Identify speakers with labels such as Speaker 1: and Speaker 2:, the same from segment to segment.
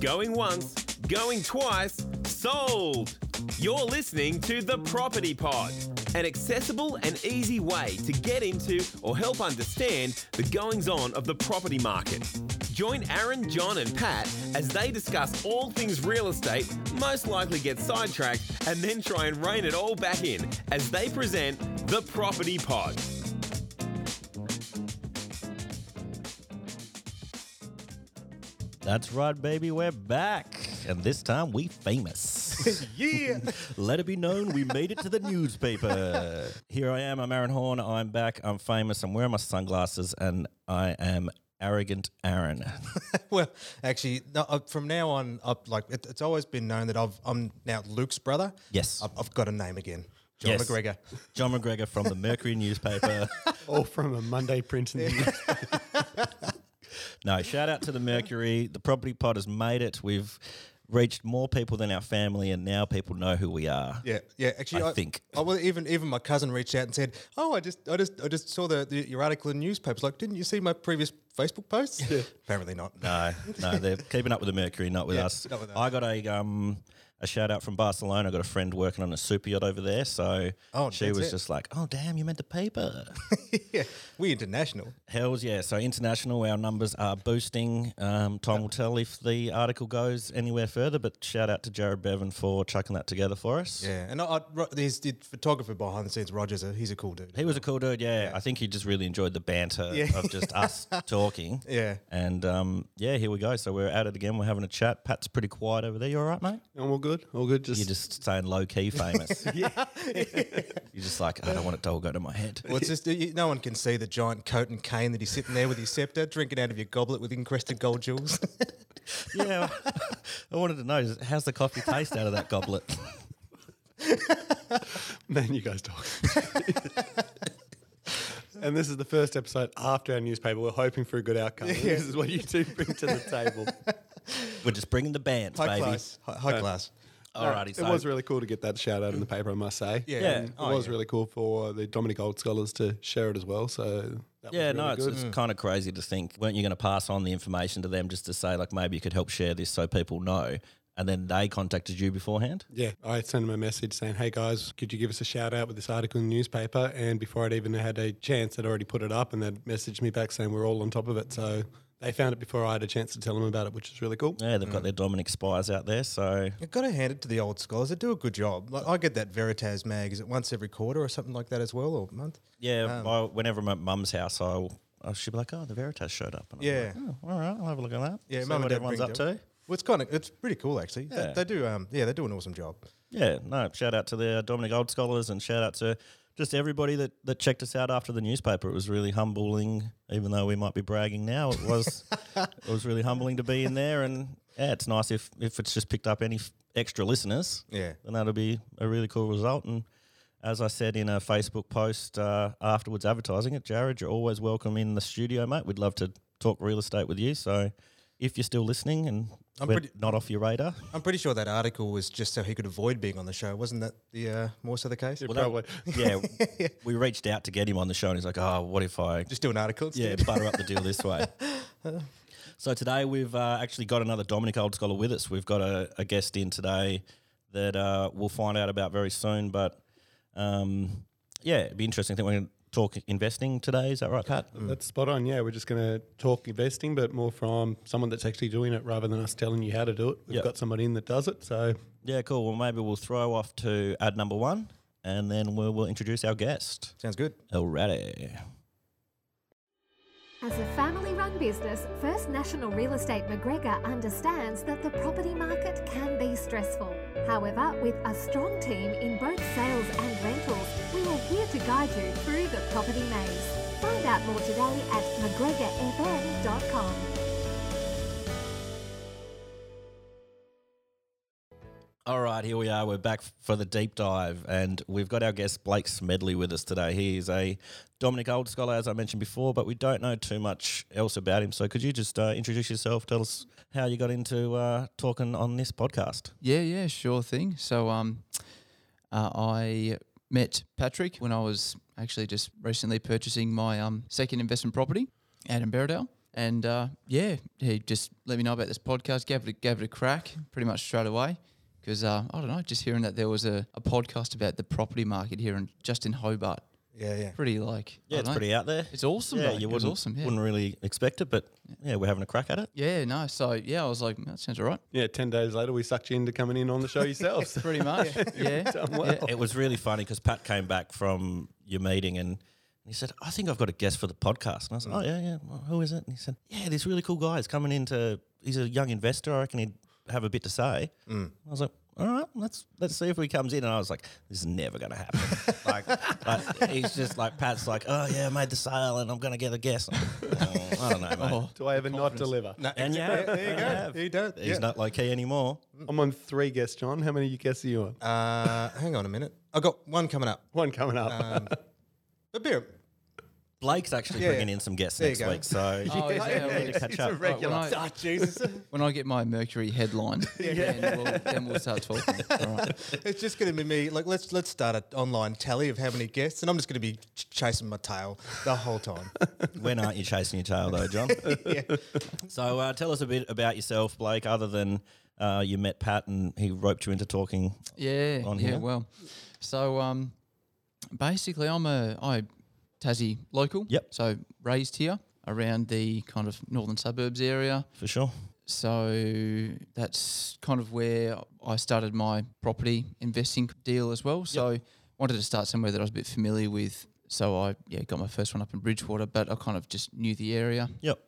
Speaker 1: Going once, going twice, sold! You're listening to The Property Pod, an accessible and easy way to get into or help understand the goings on of the property market. Join Aaron, John, and Pat as they discuss all things real estate, most likely get sidetracked, and then try and rein it all back in as they present The Property Pod.
Speaker 2: That's right, baby. We're back. And this time we famous.
Speaker 3: Yeah.
Speaker 2: Let it be known we made it to the newspaper. Here I am. I'm Aaron Horn. I'm back. I'm famous. I'm wearing my sunglasses and I am arrogant Aaron.
Speaker 3: well, actually, no, uh, from now on, up like it, it's always been known that I've, I'm now Luke's brother.
Speaker 2: Yes.
Speaker 3: I've, I've got a name again. John
Speaker 2: Yes.
Speaker 3: McGregor.
Speaker 2: John McGregor from the Mercury newspaper.
Speaker 4: All from a Monday print in the news.
Speaker 2: No, shout out to the Mercury. The property pod has made it. We've reached more people than our family and now people know who we are.
Speaker 3: Yeah, yeah. Actually,
Speaker 2: I think.
Speaker 3: I, well, even even my cousin reached out and said, "Oh, I just, I just, I just saw the, the your article in the newspapers. Like, didn't you see my previous Facebook posts? Apparently not.
Speaker 2: No, no, they're keeping up with the Mercury, not with
Speaker 3: Yeah,
Speaker 2: us.
Speaker 3: not with us.
Speaker 2: I got a um a shout out from Barcelona. I got a friend working on a super yacht over there, so
Speaker 3: Oh,
Speaker 2: she
Speaker 3: that's
Speaker 2: was
Speaker 3: it.
Speaker 2: just like, "Oh, damn, you meant the paper."
Speaker 3: yeah, we international.
Speaker 2: Hell's yeah! So international, our numbers are boosting. Um, time will tell if the article goes anywhere further. But shout out to Jared Bevan for chucking that together for us.
Speaker 3: Yeah, and I, I, Ro- there's the photographer behind the scenes, Rogers. uh, He's a cool dude.
Speaker 2: He was a cool dude, yeah. I think he just really enjoyed the banter
Speaker 3: Yeah.
Speaker 2: of just us talking.
Speaker 3: Yeah.
Speaker 2: And um, yeah, here we go. So we're at it again. We're having a chat. Pat's pretty quiet over there. You all right, mate?
Speaker 4: I'm all good. All good. Just,
Speaker 2: You're just saying low key famous. You're just like, I don't want it to all go to my head.
Speaker 3: Well, it's just you, no one can see the giant coat and cane that he's sitting there with his scepter, drinking out of your goblet with encrusted gold jewels.
Speaker 2: yeah. I wanted to know, is- how's the coffee taste out of that goblet?
Speaker 4: man, you guys talk. and this is the first episode after our newspaper. We're hoping for a good outcome. And This is what you two bring to the table.
Speaker 2: We're just bringing the band,
Speaker 3: High
Speaker 2: baby.
Speaker 3: class. Hi- High, class.
Speaker 2: Alrighty. So
Speaker 4: it was really cool to get that shout out in the paper, I must say.
Speaker 3: Yeah.
Speaker 2: Yeah.
Speaker 4: And it
Speaker 3: Oh,
Speaker 4: was
Speaker 3: yeah.
Speaker 4: really cool for the Dominic Old Scholars to share it as well. So that
Speaker 2: yeah,
Speaker 4: was really
Speaker 2: no, it's,
Speaker 4: good.
Speaker 2: it's kind of crazy to think, weren't you going to pass on the information to them just to say, like, maybe you could help share this so people know? And then they contacted you beforehand?
Speaker 4: Yeah, I sent him a message saying, "Hey guys, could you give us a shout out with this article in the newspaper?" And before I'd even had a chance, they'd already put it up, and they'd messaged me back saying we're all on top of it. So they found it before I had a chance to tell them about it, which is really cool.
Speaker 2: Yeah, they've got their Dominic spies out there. So
Speaker 3: You've got to hand it to the old scholars. They do a good job. Like I get that Veritas mag. Is it once every quarter or something like that as well, or month?
Speaker 2: Yeah, I, whenever I'm at mum's house, I'll, I should be like, oh, the Veritas showed up. And I'm
Speaker 3: Yeah.
Speaker 2: like, oh, all right, I'll have a look at that.
Speaker 3: Yeah,
Speaker 2: See
Speaker 3: mum and
Speaker 2: what
Speaker 3: dad
Speaker 2: everyone's
Speaker 3: bring
Speaker 2: up
Speaker 3: them.
Speaker 2: to.
Speaker 3: Well, it's kind of it's pretty cool actually. They-
Speaker 2: Yeah.
Speaker 3: They, do um yeah they do an awesome job.
Speaker 2: Yeah, no, shout out to the uh, Dominic Old Scholars and shout out to just everybody that, that checked us out after the newspaper. It was really humbling, even though we might be bragging now. It was it was really humbling to be in there. And yeah, it's nice if, if it's just picked up any f- extra listeners.
Speaker 3: Yeah.
Speaker 2: then that'll be a really cool result. And as I said in a Facebook post uh, afterwards advertising it, Jared, you're always welcome in the studio, mate. We'd love to talk real estate with you. So if you're still listening and
Speaker 3: I'm
Speaker 2: we're
Speaker 3: pretty-
Speaker 2: not off your radar,
Speaker 3: I'm pretty sure that article was just so he could avoid being on the show. Wasn't that the uh, more so the case?
Speaker 4: Probably.
Speaker 2: yeah, we reached out to get him on the show and he's like, oh, what if I
Speaker 3: Just do an article.
Speaker 2: yeah,
Speaker 3: Instead.
Speaker 2: butter up the deal this way. So today we've uh, actually got another Dominic Old Scholar with us. We've got a, a guest in today that uh, we'll find out about very soon. But um, yeah, it'd be interesting. I think we're going to talk investing today. Is that right, Pat?
Speaker 4: That's spot on. Yeah, we're just going to talk investing, but more from someone that's actually doing it rather than us telling you how to do it. We've
Speaker 2: Yep.
Speaker 4: got somebody in that does it. So
Speaker 2: Yeah, cool. Well, maybe we'll throw off to ad number one and then we'll, we'll introduce our guest.
Speaker 3: Sounds good.
Speaker 2: Alrighty.
Speaker 5: As a family run business, First National Real Estate McGregor understands that the property market can be stressful. However, with a strong team in both sales and rentals, we are here to guide you through the property maze. Find out more today at mcgregorfm.com.
Speaker 2: All right, here we are. We're back for the deep dive, and we've got our guest Blake Smedley with us today. He is a Dominic Old Scholar, as I mentioned before, but we don't know too much else about him. So, could you just uh, introduce yourself? Tell us how you got into uh, talking on this podcast.
Speaker 6: Yeah, yeah, sure thing. So, um, uh, I met Patrick when I was actually just recently purchasing my um second investment property out in Berridale, And uh, yeah, he just let me know about this podcast. Gave it, a- gave it a crack pretty much straight away because uh, I don't know, just hearing that there was a, a podcast about the property market here in just in Hobart,
Speaker 3: Yeah, yeah.
Speaker 6: pretty like I
Speaker 2: Yeah, it's
Speaker 6: dunno.
Speaker 2: pretty out there.
Speaker 6: It's awesome.
Speaker 2: yeah,
Speaker 6: mate.
Speaker 2: you
Speaker 6: It was
Speaker 2: wouldn't,
Speaker 6: awesome. Yeah.
Speaker 2: wouldn't really expect it, but yeah, we're having a crack at it.
Speaker 6: yeah, no. So yeah, I was like, that sounds all right.
Speaker 4: Yeah, 10 days later, we sucked you into coming in on the show yourselves.
Speaker 6: Pretty much. yeah. yeah.
Speaker 2: It was really funny because Pat came back from your meeting and he said, I think I've got a guest for the podcast. And I
Speaker 3: Mm.
Speaker 2: said, Oh, yeah, yeah. Well, who is it? And he said, Yeah, this really cool guy is coming in to, he's a young investor. I reckon he'd have a bit to say.
Speaker 3: Mm.
Speaker 2: I was like, all right, let's let's see if he comes in. And I was like, this is never going to happen. like, like, he's just like Pat's like, oh yeah, I made the sale and I'm going to get a guest. I'm like, "Oh, I don't know, mate.
Speaker 4: Do I ever not deliver?
Speaker 3: No,
Speaker 2: And yeah,
Speaker 3: there you go. He does.
Speaker 2: He's
Speaker 3: yeah.
Speaker 2: not low key anymore.
Speaker 4: I'm on three guests, John. How many guests are you on?
Speaker 3: Uh, hang on a minute. I got one coming up. Um,
Speaker 4: One coming up.
Speaker 3: A beer.
Speaker 2: Blake's actually
Speaker 3: Yeah,
Speaker 2: bringing
Speaker 3: yeah.
Speaker 2: in some guests
Speaker 3: There
Speaker 2: next
Speaker 3: you go.
Speaker 2: week, so
Speaker 6: Oh, yeah, yeah,
Speaker 2: need to catch up.
Speaker 6: Right, when, I,
Speaker 3: Ah, Jesus.
Speaker 6: when I get my Mercury headline, then, we'll, then we'll start talking. All right.
Speaker 3: it's just going to be me. Like, let's let's start an online tally of how many guests, and I'm just going to be ch- chasing my tail the whole time.
Speaker 2: When aren't you chasing your tail though, John? So uh, tell us a bit about yourself, Blake. Other than uh, you met Pat and he roped you into talking.
Speaker 6: Yeah,
Speaker 2: on
Speaker 6: yeah.
Speaker 2: here?
Speaker 6: Well, so um, basically, I'm a I Tassie local.
Speaker 2: Yep.
Speaker 6: So raised here around the kind of northern suburbs area.
Speaker 2: For sure.
Speaker 6: So that's kind of where I started my property investing deal as well. So wanted to start somewhere that I was a bit familiar with. So I yeah got my first one up in Bridgewater, but I kind of just knew the area.
Speaker 2: Yep.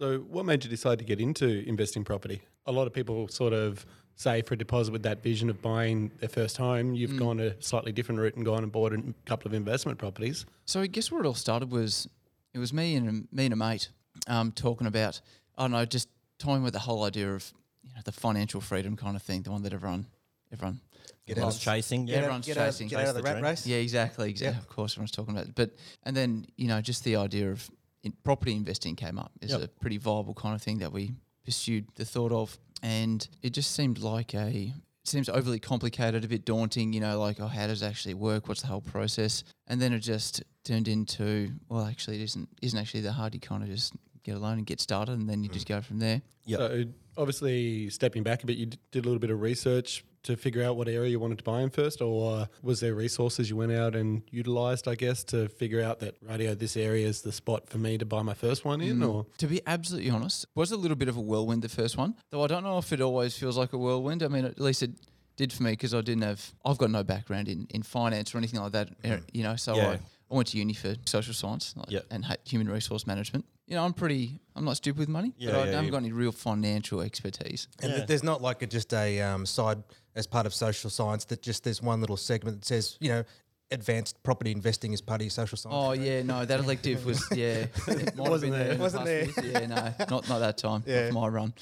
Speaker 4: So, what made you decide to get into investing property? A lot of people sort of say for a deposit with that vision of buying their first home, you've gone a slightly different route and gone and bought a couple of investment properties.
Speaker 6: So I guess where it all started was it was me and me and a mate um, talking about I don't know just toying with the whole idea of you know the financial freedom kind of thing, the one that everyone everyone
Speaker 3: Get
Speaker 2: Loves chasing. Yeah.
Speaker 6: everyone's
Speaker 3: get
Speaker 6: chasing.
Speaker 3: Out, get out of the
Speaker 2: Chase the
Speaker 3: rat
Speaker 2: dream.
Speaker 3: race.
Speaker 6: yeah, exactly, exactly. Of course, everyone's talking about it. But and then you know just the idea of in property investing came up is
Speaker 2: Yep.
Speaker 6: a pretty viable kind of thing that we pursued the thought of, and it just seemed like a it seems overly complicated, a bit daunting. You know, like oh, how does it actually work? What's the whole process? And then it just turned into well, actually, it isn't isn't actually that hard. You kind of just get a loan and get started, and then you just go from there.
Speaker 2: Yep.
Speaker 4: So, obviously, stepping back a bit, you d- did a little bit of research to figure out what area you wanted to buy in first, or was there resources you went out and utilized, I guess, to figure out that, radio, this area is the spot for me to buy my first one in? Or
Speaker 6: To be absolutely honest, was a little bit of a whirlwind the first one, though I don't know if it always feels like a whirlwind. I mean, at least it did for me because I didn't have, I've got no background in, in finance or anything like that, er, you know, so
Speaker 2: Mm-hmm. Yeah.
Speaker 6: I, I went to uni for social science like,
Speaker 2: Yeah.
Speaker 6: and ha- human resource management. You know, I'm pretty, I'm not stupid with money,
Speaker 2: Yeah,
Speaker 6: but I
Speaker 2: yeah,
Speaker 6: haven't
Speaker 2: you-
Speaker 6: got any real financial expertise.
Speaker 3: And th- there's not like a, just a um, side as part of social science that just there's one little segment that says you know advanced property investing is part of your social science.
Speaker 6: Oh yeah, no, that elective was yeah. It might
Speaker 3: Wasn't
Speaker 6: have been
Speaker 3: there.
Speaker 6: in the
Speaker 3: Wasn't
Speaker 6: past
Speaker 3: there.
Speaker 6: years. Yeah, no, not not that time. Yeah.
Speaker 3: Yeah.
Speaker 6: Not for my run.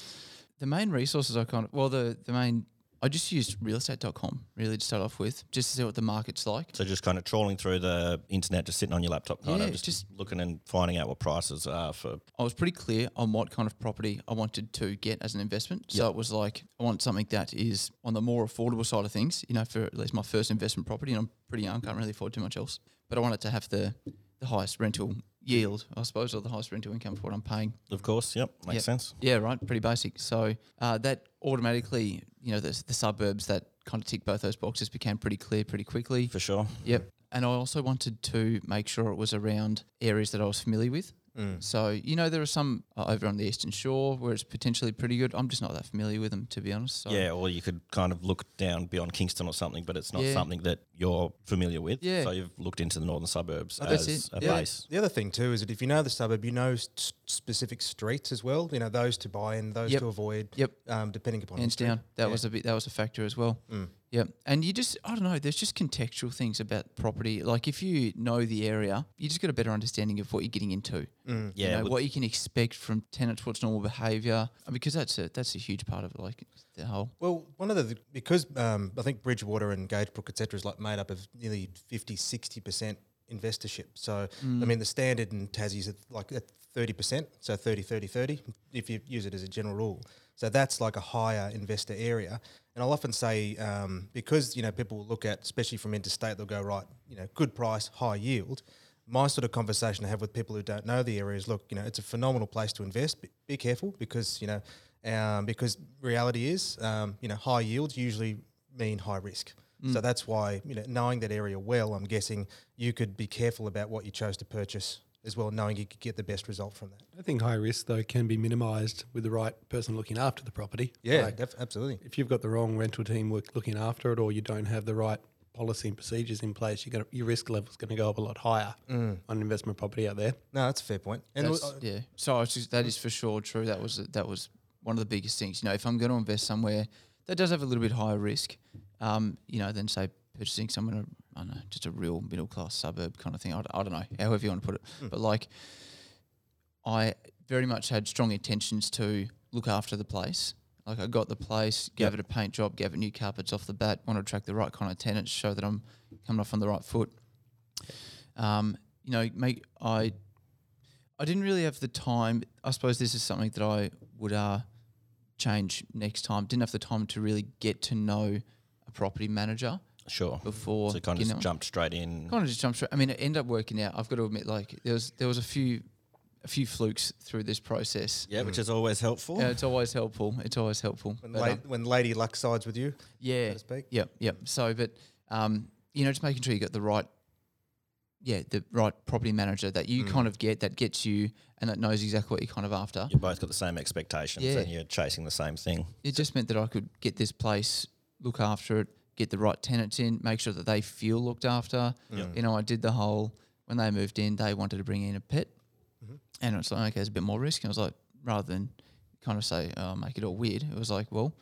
Speaker 6: The main resources I kind of well the the main I just used realestate.com really to start off with just to see what the market's like.
Speaker 2: So just kind of trawling through the internet, just sitting on your laptop, kind
Speaker 6: Yeah,
Speaker 2: of just,
Speaker 6: just-
Speaker 2: looking and finding out what prices are for.
Speaker 6: I was pretty clear on what kind of property I wanted to get as an investment. So it was like I want something that is on the more affordable side of things, you know, for at least my first investment property. And I'm pretty young, can't really afford too much else. But I want it to have the the highest rental yield, I suppose, or the highest rental income for what I'm paying.
Speaker 2: Of course, yep, makes
Speaker 6: Yep.
Speaker 2: sense.
Speaker 6: Yeah, right. Pretty basic. So uh, that automatically, you know, the, the suburbs that kind of tick both those boxes became pretty clear pretty quickly.
Speaker 2: For sure.
Speaker 6: Yep. And I also wanted to make sure it was around areas that I was familiar with.
Speaker 2: Mm.
Speaker 6: So, you know, there are some uh, over on the Eastern Shore where it's potentially pretty good. I'm just not that familiar with them, to be honest. So.
Speaker 2: Yeah, or you could kind of look down beyond Kingston or something, but it's not
Speaker 6: Yeah.
Speaker 2: something that you're familiar with.
Speaker 6: Yeah. Oh,
Speaker 2: So you've looked into the northern suburbs
Speaker 6: that's
Speaker 2: as
Speaker 6: it.
Speaker 2: a
Speaker 6: Yeah.
Speaker 2: base.
Speaker 3: The other thing too is that if you know the suburb, you know s- specific streets as well. You know those to buy and those
Speaker 6: Yep.
Speaker 3: to avoid.
Speaker 6: Yep.
Speaker 3: Um, depending upon
Speaker 6: Hands
Speaker 3: history.
Speaker 6: down. That was a bit. That was a factor as well. Yep. And you just, I don't know. There's just contextual things about property. Like if you know the area, you just get a better understanding of what you're getting into.
Speaker 2: Yeah,
Speaker 6: you know,
Speaker 2: with-
Speaker 6: what you can expect from tenants, what's normal behaviour, because that's a that's a huge part of like the whole.
Speaker 3: Well, one of the because um, I think Bridgewater and Gagebrook etc is like made up of nearly 50 60 percent investorship. So I mean the standard in Tassie is at like at 30 percent, so 30 30 30 if you use it as a general rule. So that's like a higher investor area. And I'll often say um, because you know people will look at especially from interstate they'll go right you know good price high yield. my sort of conversation I have with people who don't know the area is, look, you know, it's a phenomenal place to invest. But be careful because you know, um, because reality is, um, you know, high yields usually mean high risk.
Speaker 2: Mm.
Speaker 3: So that's why you know, knowing that area well, I'm guessing you could be careful about what you chose to purchase as well, knowing you could get the best result from that.
Speaker 4: I think high risk though can be minimised with the right person looking after the property. Like,
Speaker 3: def- absolutely.
Speaker 4: if you've got the wrong rental team work, looking after it, or you don't have the right policy and procedures in place, you're gonna, your risk level is going to go up a lot higher
Speaker 2: Mm.
Speaker 4: on an investment property out there.
Speaker 3: No, that's a fair point. And
Speaker 6: That's,
Speaker 3: uh,
Speaker 6: yeah. So I was just, that is for sure true. That was that was one of the biggest things. You know, if I'm going to invest somewhere that does have a little bit higher risk, um, you know, than say purchasing somewhere, I don't know, just a real middle class suburb kind of thing. I, d- I don't know, however you want to put it. But like, I very much had strong intentions to look after the place. Like I got the place, gave it a paint job, gave it new carpets off the bat. Want to attract the right kind of tenants, show that I'm coming off on the right foot. Um, you know, make I I didn't really have the time. I suppose this is something that I would uh, change next time. Didn't have the time to really get to know a property manager
Speaker 2: Sure.
Speaker 6: before.
Speaker 2: So you kind of
Speaker 6: you
Speaker 2: just
Speaker 6: know.
Speaker 2: jumped straight in.
Speaker 6: Kind of just jump straight. I mean, it ended up working out. I've got to admit, like there was there was a few a few flukes through this process.
Speaker 2: Yeah, which is always helpful.
Speaker 6: Yeah, it's always helpful. It's always helpful.
Speaker 3: when,
Speaker 6: But,
Speaker 3: la-
Speaker 6: um,
Speaker 3: when Lady Luck sides with you,
Speaker 6: yeah.
Speaker 3: to speak.
Speaker 6: Yep, yep. So, but um, you know, just making sure you got the right, yeah, the right property manager that
Speaker 2: Mm.
Speaker 6: you kind of get that gets you and that knows exactly what you're kind of after.
Speaker 2: You both got the same expectations
Speaker 6: Yeah.
Speaker 2: and you're chasing the same thing.
Speaker 6: It just meant that I could get this place, look after it, get the right tenants in, make sure that they feel looked after. You know, I did the whole when they moved in, they wanted to bring in a pet, and it's like okay, it's a bit more risk. And I was like, rather than kind of say oh, make it all weird, it was like, well,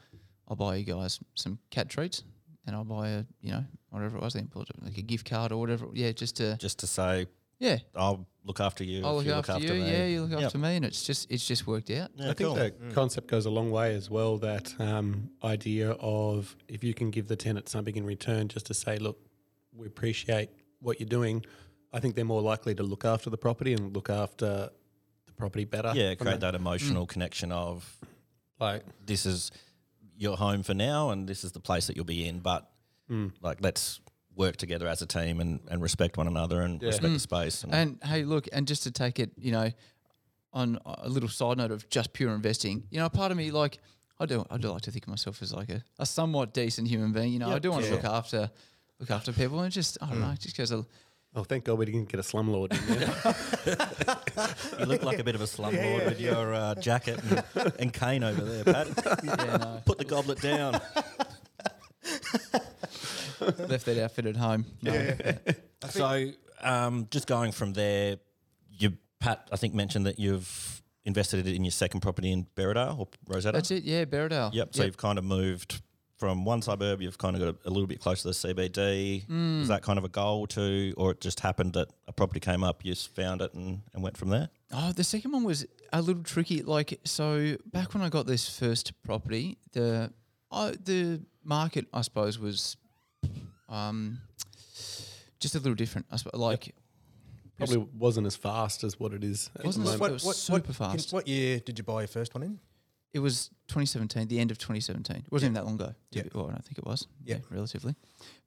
Speaker 6: I'll buy you guys some cat treats, and I'll buy a you know whatever it was, I think, it was like a gift card or whatever. Yeah, just to
Speaker 2: Just to say,
Speaker 6: yeah,
Speaker 2: I'll look after you.
Speaker 6: I'll
Speaker 2: if
Speaker 6: look
Speaker 2: you
Speaker 6: after, you.
Speaker 2: me.
Speaker 6: Yeah, you look
Speaker 2: Yep.
Speaker 6: after me, and it's just it's just worked out.
Speaker 2: Yeah,
Speaker 4: I think
Speaker 2: cool. Mm.
Speaker 4: that concept goes a long way as well. That um, idea of if you can give the tenant something in return, just to say, look, we appreciate what you're doing. I think they're more likely to look after the property and look after the property better.
Speaker 2: yeah,
Speaker 4: from Mm.
Speaker 2: create that emotional connection of
Speaker 4: Like,
Speaker 2: this is your home for now and this is the place that you'll be in, but
Speaker 4: Mm.
Speaker 2: like let's work together as a team and, and respect one another and respect
Speaker 6: Mm.
Speaker 2: the space. And,
Speaker 6: And hey, look, and just to take it, you know, on a little side note of just pure investing, you know, part of me like I do, I do like to think of myself as like a, a somewhat decent human being. You know, I do want to look after, look after people, and just I don't
Speaker 2: Mm.
Speaker 6: know, it just goes a
Speaker 4: oh, thank God we didn't get a slumlord in there.
Speaker 2: you look like a bit of a slumlord with your uh, jacket and, and cane over there, Pat. Put the goblet down.
Speaker 6: left that outfit at home. No.
Speaker 2: so um, just going from there, you Pat, I think mentioned that you've invested in your second property in Berridale or Rosetta.
Speaker 6: That's it. Yeah, Berridale.
Speaker 2: Yep. So you've kind of moved from one suburb, you've kind of got a, a little bit closer to the CBD.
Speaker 6: Mm.
Speaker 2: Was that kind of a goal to, or it just happened that a property came up, you just found it and, and went from there?
Speaker 6: Oh, the second one was a little tricky. Like, so back when I got this first property, the I the market, I suppose, was um, just a little different. I suppose, like,
Speaker 4: Probably wasn't as fast as what it is. at the
Speaker 6: Wasn't as
Speaker 4: moment.
Speaker 6: It was super fast.
Speaker 3: what year did you buy your first one in?
Speaker 6: it was 2017, the end of 2017. It wasn't even that long ago. to
Speaker 3: Yeah.
Speaker 6: be- Well, I don't think it was.
Speaker 3: Yeah.
Speaker 6: relatively.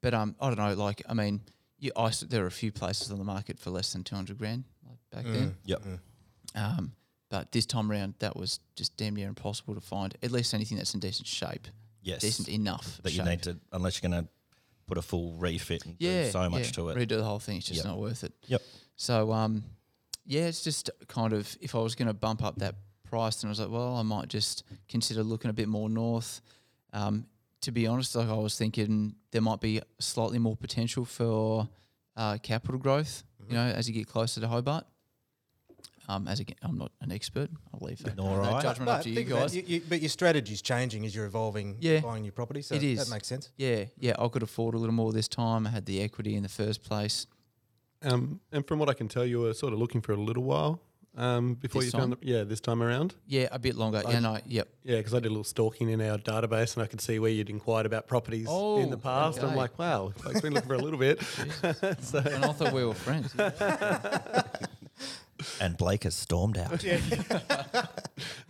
Speaker 6: But um, I don't know. Like, I mean, you, I, s- there are a few places on the market for less than 200 grand like back then.
Speaker 2: Yep. Mm.
Speaker 6: Um, but this time around, that was just damn near impossible to find. At least anything that's in decent shape.
Speaker 2: Yes.
Speaker 6: Decent enough.
Speaker 2: That you
Speaker 6: shape.
Speaker 2: need to, unless you're going to put a full refit and
Speaker 6: Yeah.
Speaker 2: do so much
Speaker 6: yeah.
Speaker 2: to it.
Speaker 6: Redo the whole thing. It's just
Speaker 2: Yep.
Speaker 6: not worth it.
Speaker 2: Yep.
Speaker 6: So um, yeah, it's just kind of if I was going to bump up that price, then I was like, well, I might just consider looking a bit more north. Um, to be honest, like I was thinking there might be slightly more potential for uh, capital growth.
Speaker 3: Mm-hmm.
Speaker 6: You know, as you get closer to Hobart. Um, as again, I'm not an expert. I'll leave that,
Speaker 2: Nor
Speaker 6: that
Speaker 2: I.
Speaker 6: judgment up to you
Speaker 3: think about it,
Speaker 6: guys.
Speaker 3: you- you- but your strategy's changing as you're evolving,
Speaker 6: Yeah.
Speaker 3: buying your property. So
Speaker 6: It is.
Speaker 3: that makes sense.
Speaker 6: Yeah, yeah, I could afford a little more this time. I had the equity in the first place.
Speaker 4: Um, and from what I can tell, you were sort of looking for a little while um, before
Speaker 6: This
Speaker 4: you found
Speaker 6: time?
Speaker 4: the, yeah this time around.
Speaker 6: Yeah, a bit longer. yeah, no, yep.
Speaker 4: Yeah, because I did a little stalking in our database, and I could see where you'd inquired about properties in
Speaker 6: Oh,
Speaker 4: the past. I'm
Speaker 6: okay.
Speaker 4: like, wow, I've been looking for a little bit. so
Speaker 6: And I thought we were friends.
Speaker 2: And Blake has stormed out.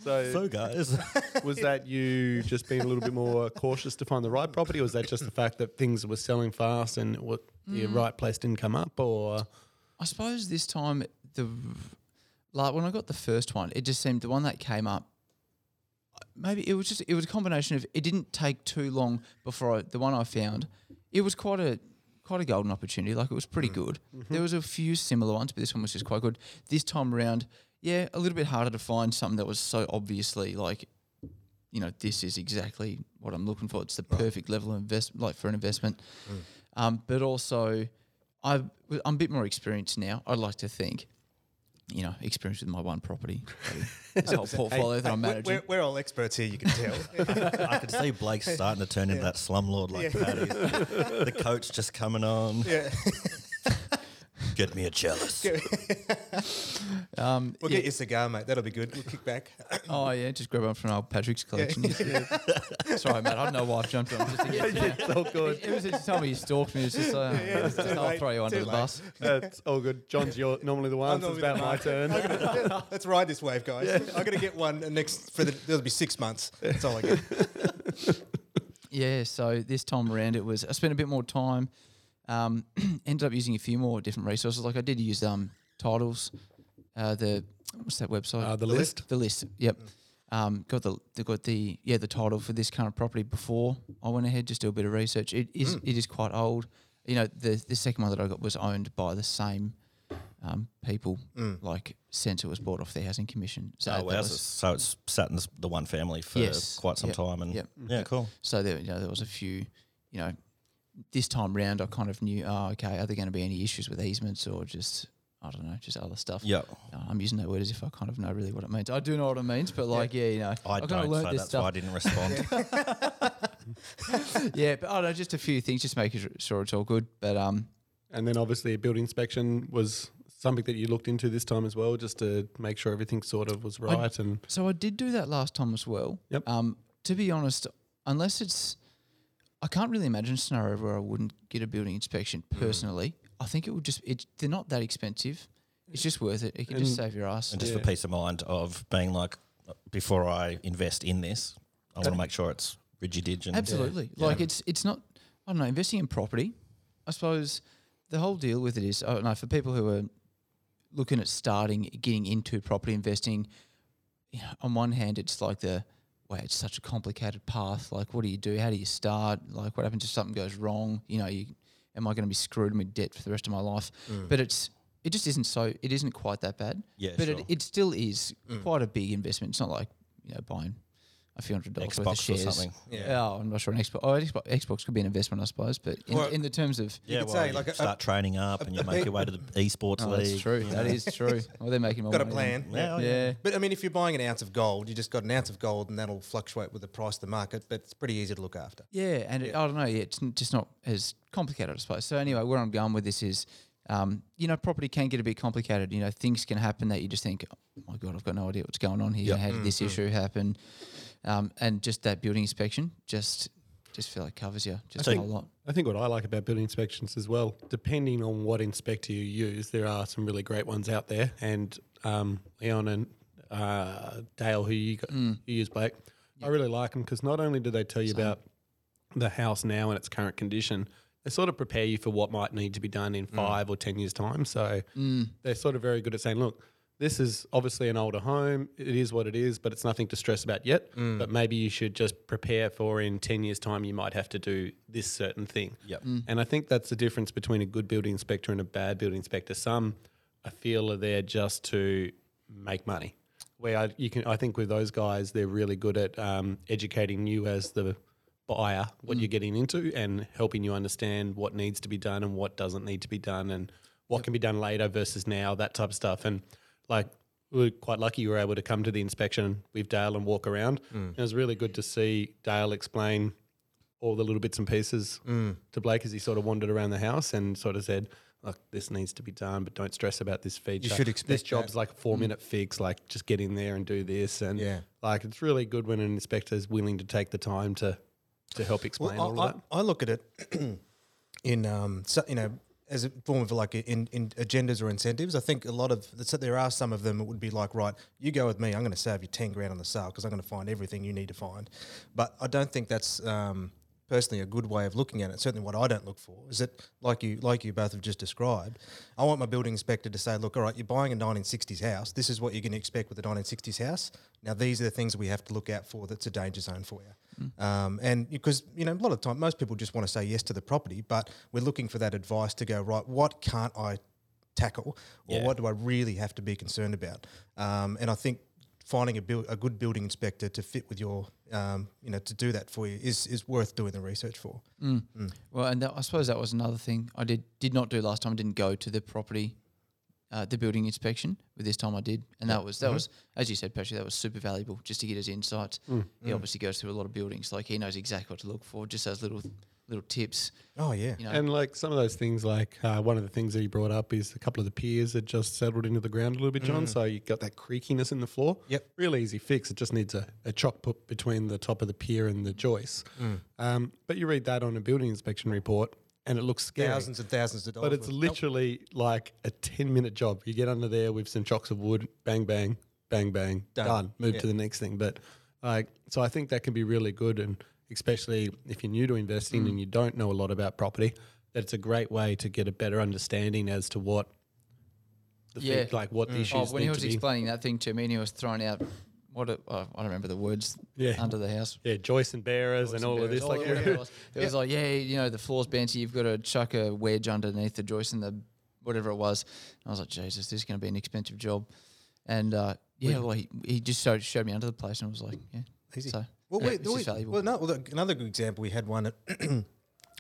Speaker 4: so,
Speaker 2: So, guys,
Speaker 4: was that you just being a little bit more cautious to find the right property, or
Speaker 6: Mm.
Speaker 4: was that just the fact that things were selling fast and what the right place didn't come up, or
Speaker 6: I suppose this time the like when I got the first one, it just seemed the one that came up. Maybe it was just it was a combination of it didn't take too long before I, the one I found. It was quite a quite a golden opportunity. Like it was pretty good. There was a few similar ones, but this one was just quite good. This time around, yeah, a little bit harder to find something that was so obviously like, you know, this is exactly what I'm looking for. It's the perfect level of investment, like for an investment. Um, but also, I I'm a bit more experienced now. I'd like to think, you know, experienced with my one property, this whole portfolio that I'm managing.
Speaker 3: We're, we're all experts here, you can tell.
Speaker 2: I could see Blake starting to turn into that slumlord like Paddy's. the coat's just coming on. Get me a chalice.
Speaker 6: Um,
Speaker 3: we'll get your cigar, mate. That'll be good. We'll kick back.
Speaker 6: Oh yeah, just grab one from old Patrick's collection. Sorry, mate. I don't know why I've jumped on. Just to get yeah.
Speaker 4: all good.
Speaker 6: It was just tell me you stalked me. It's just, uh,
Speaker 3: it's too
Speaker 6: I'll
Speaker 3: late,
Speaker 6: throw you under
Speaker 3: too
Speaker 6: the bus.
Speaker 4: That's all good. John's you're normally the one, so it's about my turn.
Speaker 3: I'm gonna- let's ride this wave, guys. I'm going to get one and next for the. There'll be six months. That's all I get.
Speaker 6: Yeah. So this time around, it was I spent a bit more time. Um, ended up using a few more different resources. Like I did use um titles, uh, the what's that website?
Speaker 4: Uh, The List. Mm.
Speaker 6: The list. Yep. Um, got the, the got the yeah the title for this kind of property before I went ahead. Just do a bit of research. It is
Speaker 4: Mm.
Speaker 6: it is quite old. You know the the second one that I got was owned by the same um, people.
Speaker 4: Mm.
Speaker 6: Like since it was bought off the housing commission. So
Speaker 2: Oh,
Speaker 6: that
Speaker 2: wow.
Speaker 6: was-
Speaker 2: So- So it's sat in this, the one family for
Speaker 6: Yes.
Speaker 2: quite some
Speaker 6: Yep.
Speaker 2: time. and
Speaker 6: Yep.
Speaker 2: Yeah, cool.
Speaker 6: So there, you know, there was a few, you know, this time round I kind of knew, oh, okay, are there going to be any issues with easements or just, I don't know, just other stuff.
Speaker 2: Yep.
Speaker 6: Uh, I'm using that word as if I kind of know really what it means. I do know what it means, but like, yeah, you know,
Speaker 2: I
Speaker 6: I've kinda
Speaker 2: don't,
Speaker 6: learnt
Speaker 2: so that's why I didn't respond.
Speaker 6: yeah, but I don't know, just a few things, just making sure it's all good. But um,
Speaker 4: And then obviously a building inspection was something that you looked into this time as well, just to make sure everything sort of was right. and
Speaker 6: So I did do that last time as well.
Speaker 4: Yep.
Speaker 6: Um, to be honest, unless it's, I can't really imagine a scenario where I wouldn't get a building inspection personally. I think it would just, it, they're not that expensive. It's just worth it. It can just save your ass.
Speaker 2: and just for peace of mind of being like, before I invest in this, I want to make sure it's rigidage and
Speaker 6: Absolutely. Like it's it's not I don't know, investing in property, I suppose the whole deal with it is I don't know, for people who are looking at starting getting into property investing, you know, on one hand it's like the wow, it's such a complicated path. Like what do you do? How do you start? Like what happens if something goes wrong? You know, you am I gonna be screwed with debt for the rest of my life? But it's it just isn't so it isn't quite that bad.
Speaker 2: Mm. Yeah,
Speaker 6: But
Speaker 2: sure. Mm.
Speaker 6: it, it still is quite a big investment. It's not like, you know, buying a few hundred dollars worth
Speaker 2: Xbox
Speaker 6: of
Speaker 2: or
Speaker 6: shares.
Speaker 2: something.
Speaker 6: Yeah, I'm not sure an Xbox. Oh, an Xbox, Xbox could be an investment, I suppose. But in,
Speaker 3: Well-
Speaker 6: in the terms of
Speaker 2: Yeah,
Speaker 3: could
Speaker 2: well,
Speaker 3: say,
Speaker 2: you
Speaker 3: like, a-
Speaker 2: start training up and you make your way to the esports
Speaker 6: oh,
Speaker 2: league.
Speaker 6: that's true. That is true. Well, they're making more
Speaker 3: Got a
Speaker 6: money
Speaker 3: plan.
Speaker 6: than-
Speaker 2: Yeah, oh, yeah.
Speaker 6: Yeah.
Speaker 3: But I mean, if you're buying an ounce of gold, you just got an ounce of gold, and that'll fluctuate with the price of the market. But it's pretty easy to look after.
Speaker 6: Yeah, and It, I don't know. Yeah, it's n- just not as complicated, I suppose. So anyway, where I'm going with this is, um, you know, property can get a bit complicated. You know, things can happen that you just think, oh my god, I've got no idea what's going on here. How did this issue happen? Um, and just that building inspection, just just feel like covers you just a whole lot.
Speaker 4: I think what I like about building inspections as well, depending on what inspector you use, there are some really great ones out there. And um, Leon and uh, Dale, who you, got, you use, Blake, I really like them because not only do they tell you about the house now and its current condition, they sort of prepare you for what might need to be done in five or 10 years' time. So they're sort of very good at saying, look, this is obviously an older home. It is what it is, but it's nothing to stress about yet. But maybe you should just prepare for in 10 years' time, you might have to do this certain thing.
Speaker 2: Yep.
Speaker 4: And I think that's the difference between a good building inspector and a bad building inspector. Some I feel are there just to make money. Where I, you can, I think with those guys, they're really good at um, educating you as the buyer what
Speaker 3: Mm.
Speaker 4: you're getting into and helping you understand what needs to be done and what doesn't need to be done and what can be done later versus now that type of stuff and like we were quite lucky we were able to come to the inspection with Dale and walk around
Speaker 3: Mm.
Speaker 4: it was really good to see Dale explain all the little bits and pieces
Speaker 3: Mm.
Speaker 4: to Blake as he sort of wandered around the house and sort of said Look, this needs to be done, but don't stress about this feature.
Speaker 3: should
Speaker 4: this
Speaker 3: expect
Speaker 4: job's
Speaker 3: that.
Speaker 4: like a four-minute fix. Like, just get in there and do this, and
Speaker 3: Mm. Yeah.
Speaker 4: like it's really good when an inspector is willing to take the time to to help explain
Speaker 3: Well,
Speaker 4: all
Speaker 3: I,
Speaker 4: of that.
Speaker 3: I, I look at it in um, so, you know as a form of like in, in agendas or incentives. I think a lot of so there are some of them that would be like, right, you go with me. I'm going to save you ten grand on the sale because I'm going to find everything you need to find. But I don't think that's um, personally a good way of looking at it. Certainly, what I don't look for is that, like you, like you both have just described, I want my building inspector to say, "Look, all right, you're buying a 1960s house. This is what you're going to expect with a 1960s house. Now, these are the things we have to look out for. That's a danger zone for you." Um, and because you know, a lot of time, most people just want to say yes to the property, but we're looking for that advice to go right. What can't I tackle, or
Speaker 2: Yeah.
Speaker 3: what do I really have to be concerned about? Um, and I think finding a, buil- a good building inspector to fit with your, um, you know, to do that for you is is worth doing the research for.
Speaker 6: Well, and that, I suppose that was another thing I did did not do last time. I didn't go to the property, uh, the building inspection, but this time I did, and that was that
Speaker 4: Mm-hmm.
Speaker 6: was as you said, Patrick. That was super valuable just to get his insights.
Speaker 4: Mm.
Speaker 6: He obviously goes through a lot of buildings, like he knows exactly what to look for. Just those little little tips.
Speaker 3: Oh yeah,
Speaker 6: You know,
Speaker 4: And like some of those things, like uh, one of the things that you brought up is a couple of the piers had just settled into the ground a little bit, John. So you got that creakiness in the floor.
Speaker 3: Mm. Yep.
Speaker 4: Really easy fix. It just needs a, a chalk put between the top of the pier and the joist.
Speaker 3: Mm.
Speaker 4: Um, but you read that on a building inspection report and it looks scary.
Speaker 3: thousands and thousands of dollars.
Speaker 4: But it's
Speaker 3: worth.
Speaker 4: literally like a 10 minute job. You get under there with some chocks of wood, bang, bang, bang, bang, done. Move to the next thing. But like, so I think that can be really good. And especially if you're new to investing and you don't know a lot about property, that it's a great way to get a better understanding as to what the
Speaker 6: Yeah.
Speaker 4: thing- like what the issues
Speaker 6: oh, when
Speaker 4: need
Speaker 6: he was
Speaker 4: to be.
Speaker 6: explaining that thing to me, and he was throwing out what it, oh, I don't remember the words
Speaker 4: Yeah.
Speaker 6: under the house.
Speaker 4: Yeah, joists and bearers and all of
Speaker 6: It
Speaker 4: this.
Speaker 6: was
Speaker 4: like,
Speaker 6: all- whatever it was. It was like, yeah, you know, the floor's bouncy. You've got to chuck a wedge underneath the joist and the whatever it was. And I was like, Jesus, this is going to be an expensive job. And uh, yeah, well, he, he just showed, showed me under the place, and I was like, yeah,
Speaker 3: Easy.
Speaker 6: So,
Speaker 3: Well,
Speaker 6: yeah,
Speaker 3: we,
Speaker 6: this
Speaker 3: we-
Speaker 6: is valuable.
Speaker 3: well, no, well, look, another good example, we had one at, it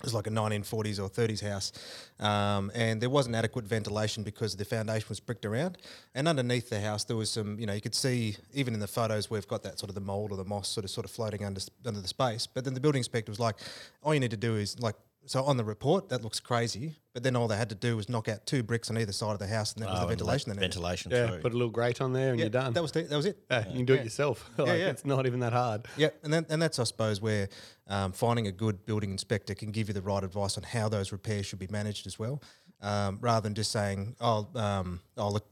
Speaker 3: was like a 1940s or 30s house, um, and there wasn't adequate ventilation because the foundation was bricked around. And underneath the house, there was some, you know, you could see even in the photos we've got that sort of the mold or the moss sort of sort of floating under under the space. But then the building inspector was like, all you need to do is like. So on the report, that looks crazy, but then all they had to do was knock out two bricks on either side of the house, and that was the
Speaker 2: Oh, and
Speaker 3: ventilation.
Speaker 2: like
Speaker 3: they needed.
Speaker 2: ventilation
Speaker 4: yeah,
Speaker 2: through.
Speaker 4: put a little grate on there and
Speaker 3: Yeah,
Speaker 4: you're done.
Speaker 3: That was the, that was it.
Speaker 4: Yeah, you can do it yourself. like,
Speaker 3: yeah.
Speaker 4: It's not even that hard.
Speaker 3: Yeah, and then, and that's I suppose where um, finding a good building inspector can give you the right advice on how those repairs should be managed as well, um, rather than just saying, "Oh, um, oh, look."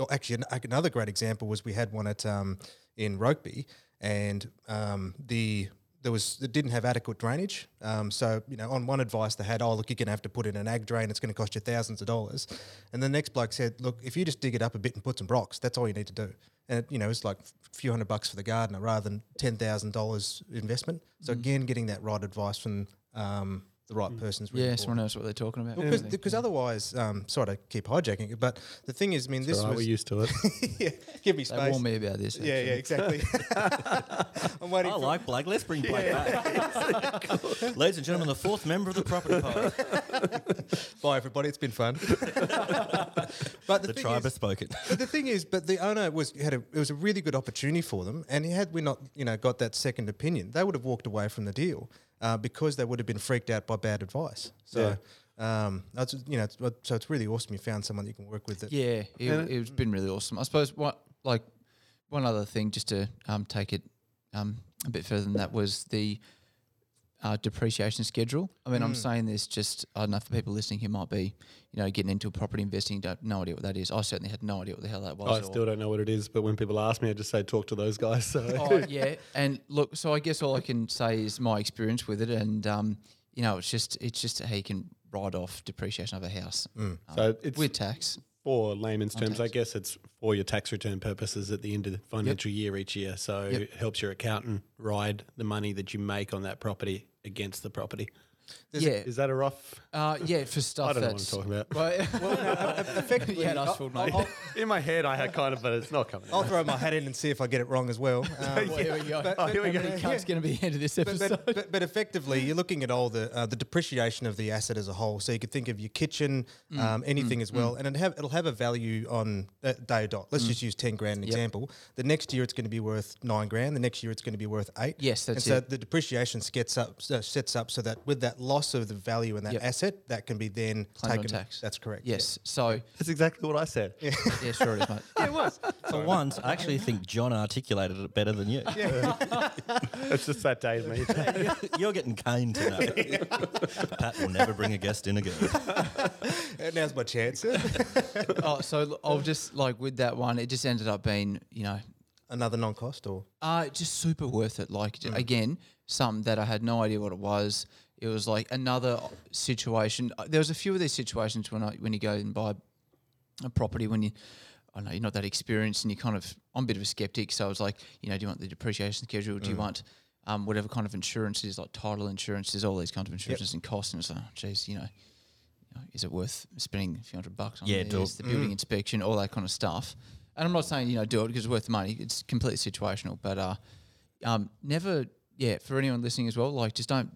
Speaker 3: Oh, actually, an- like, another great example was we had one at um, in Rokeby, and um, the there was it didn't have adequate drainage. Um, so you know, on one advice they had, "Oh, look, you're going to have to put in an ag drain. It's going to cost you thousands of dollars," and the next bloke said, "Look, if you just dig it up a bit and put some rocks, that's all you need to do." And it, you know, it's like a few hundred bucks for the gardener rather than ten thousand dollars investment. So
Speaker 4: Mm-hmm.
Speaker 3: again, getting that right advice from um, the right
Speaker 4: Mm.
Speaker 3: person's really
Speaker 6: yeah,
Speaker 3: important.
Speaker 6: someone knows what they're talking about.
Speaker 3: Because
Speaker 6: Yeah.
Speaker 3: because otherwise, um, sorry to keep hijacking it, but the thing is, I mean, this
Speaker 4: All right, we're
Speaker 3: was
Speaker 4: used to it.
Speaker 3: yeah, give me
Speaker 6: they
Speaker 3: space.
Speaker 6: warned me about this.
Speaker 3: Yeah, yeah, exactly. I'm waiting.
Speaker 2: I
Speaker 3: for,
Speaker 2: like Blake. Let's bring Blake back. Ladies and gentlemen, the fourth member of the property pod.
Speaker 3: Bye, everybody. It's been fun. but the,
Speaker 2: The
Speaker 3: thing
Speaker 2: tribe
Speaker 3: is,
Speaker 2: has spoken.
Speaker 3: but the thing is, but the owner was had a, it was a really good opportunity for them, and had we not you know got that second opinion, they would have walked away from the deal uh, because they would have been freaked out by bad advice. So. Um, that's you know, it's, so it's really awesome. You found someone you can work with. That
Speaker 6: Yeah, it, it's been really awesome. I suppose what like one other thing, just to um, take it um, a bit further than that, was the uh, depreciation schedule. I mean, I'm
Speaker 4: Mm.
Speaker 6: saying this just I don't know for people listening who might be, you know, getting into property investing, don't no idea what that is. I certainly had no idea what the hell that was.
Speaker 4: I
Speaker 6: or-
Speaker 4: Oh, still don't know what it is, but when people ask me, I just say talk to those guys. So
Speaker 6: oh yeah, and look, so I guess all I can say is my experience with it, and um, you know, it's just it's just how you can write off depreciation of a house um,
Speaker 4: So it's-
Speaker 6: with tax.
Speaker 4: for layman's terms, I guess it's for your tax return purposes at the end of the financial year each year. So it helps your accountant ride the money that you make on that property against the property.
Speaker 6: Yeah,
Speaker 4: Is that a rough?
Speaker 6: Uh, yeah, for stuff
Speaker 4: I don't know
Speaker 6: that's
Speaker 4: what I'm talking about.
Speaker 6: Well, effectively, oh, yeah, nice food, mate.
Speaker 4: in my head, I had kind of, but it's not coming.
Speaker 3: I'll
Speaker 6: Oh.
Speaker 4: out.
Speaker 3: throw my hat in and see if I get it wrong as well. Um,
Speaker 6: Well, oh, here we go.
Speaker 3: but- uh,
Speaker 6: How
Speaker 4: Oh, we
Speaker 6: many
Speaker 3: go.
Speaker 6: cunts going to be into this episode?
Speaker 3: but, but, but effectively, you're looking at all the uh, the depreciation of the asset as a whole. So you could think of your kitchen,
Speaker 6: Mm.
Speaker 3: um, anything as well, and it'll have it'll have a value on uh, day dot. Let's
Speaker 6: Mm.
Speaker 3: just use ten grand an example. The next year it's going to be worth nine grand. The next year it's going to be worth eight.
Speaker 6: Yes, that's
Speaker 3: and
Speaker 6: it.
Speaker 3: So the depreciation gets up so sets up so that with that loss of the value in that
Speaker 6: Yep.
Speaker 3: asset, that can be then
Speaker 6: Claimed on
Speaker 3: taken.
Speaker 6: tax.
Speaker 3: That's correct. yeah.
Speaker 6: yes. So,
Speaker 4: That's exactly what I said.
Speaker 6: yeah, sure it is, mate.
Speaker 3: it was.
Speaker 2: For once, I actually think John articulated it better than you.
Speaker 4: It's just that day, mate.
Speaker 2: You're getting caned today. Pat will never bring a guest in again.
Speaker 3: Now's my chance.
Speaker 6: oh, so l- I'll just like with that one, it just ended up being you know
Speaker 3: another non-cost or
Speaker 6: Uh, just super worth it. Like
Speaker 4: Mm.
Speaker 6: j- again, some that I had no idea what it was. It was like another situation. Uh, There was a few of these situations when I when you go and buy a property when you. I know you're not that experienced, and you kind of. I'm a bit of a skeptic, so I was like, you know, do you want the depreciation schedule?
Speaker 2: Mm.
Speaker 6: Do you want um, whatever kind of insurance it is, like title insurance? There's all these kinds of insurances and costs, and it's like, oh, geez, you know, you know, is it worth spending a few hundred bucks on
Speaker 2: Yeah,
Speaker 6: this,
Speaker 2: do it. Mm.
Speaker 6: the building inspection, all that kind of stuff. And I'm not saying, you know, do it because it's worth the money. It's completely situational. But uh, um, never, yeah, for anyone listening as well, like just don't,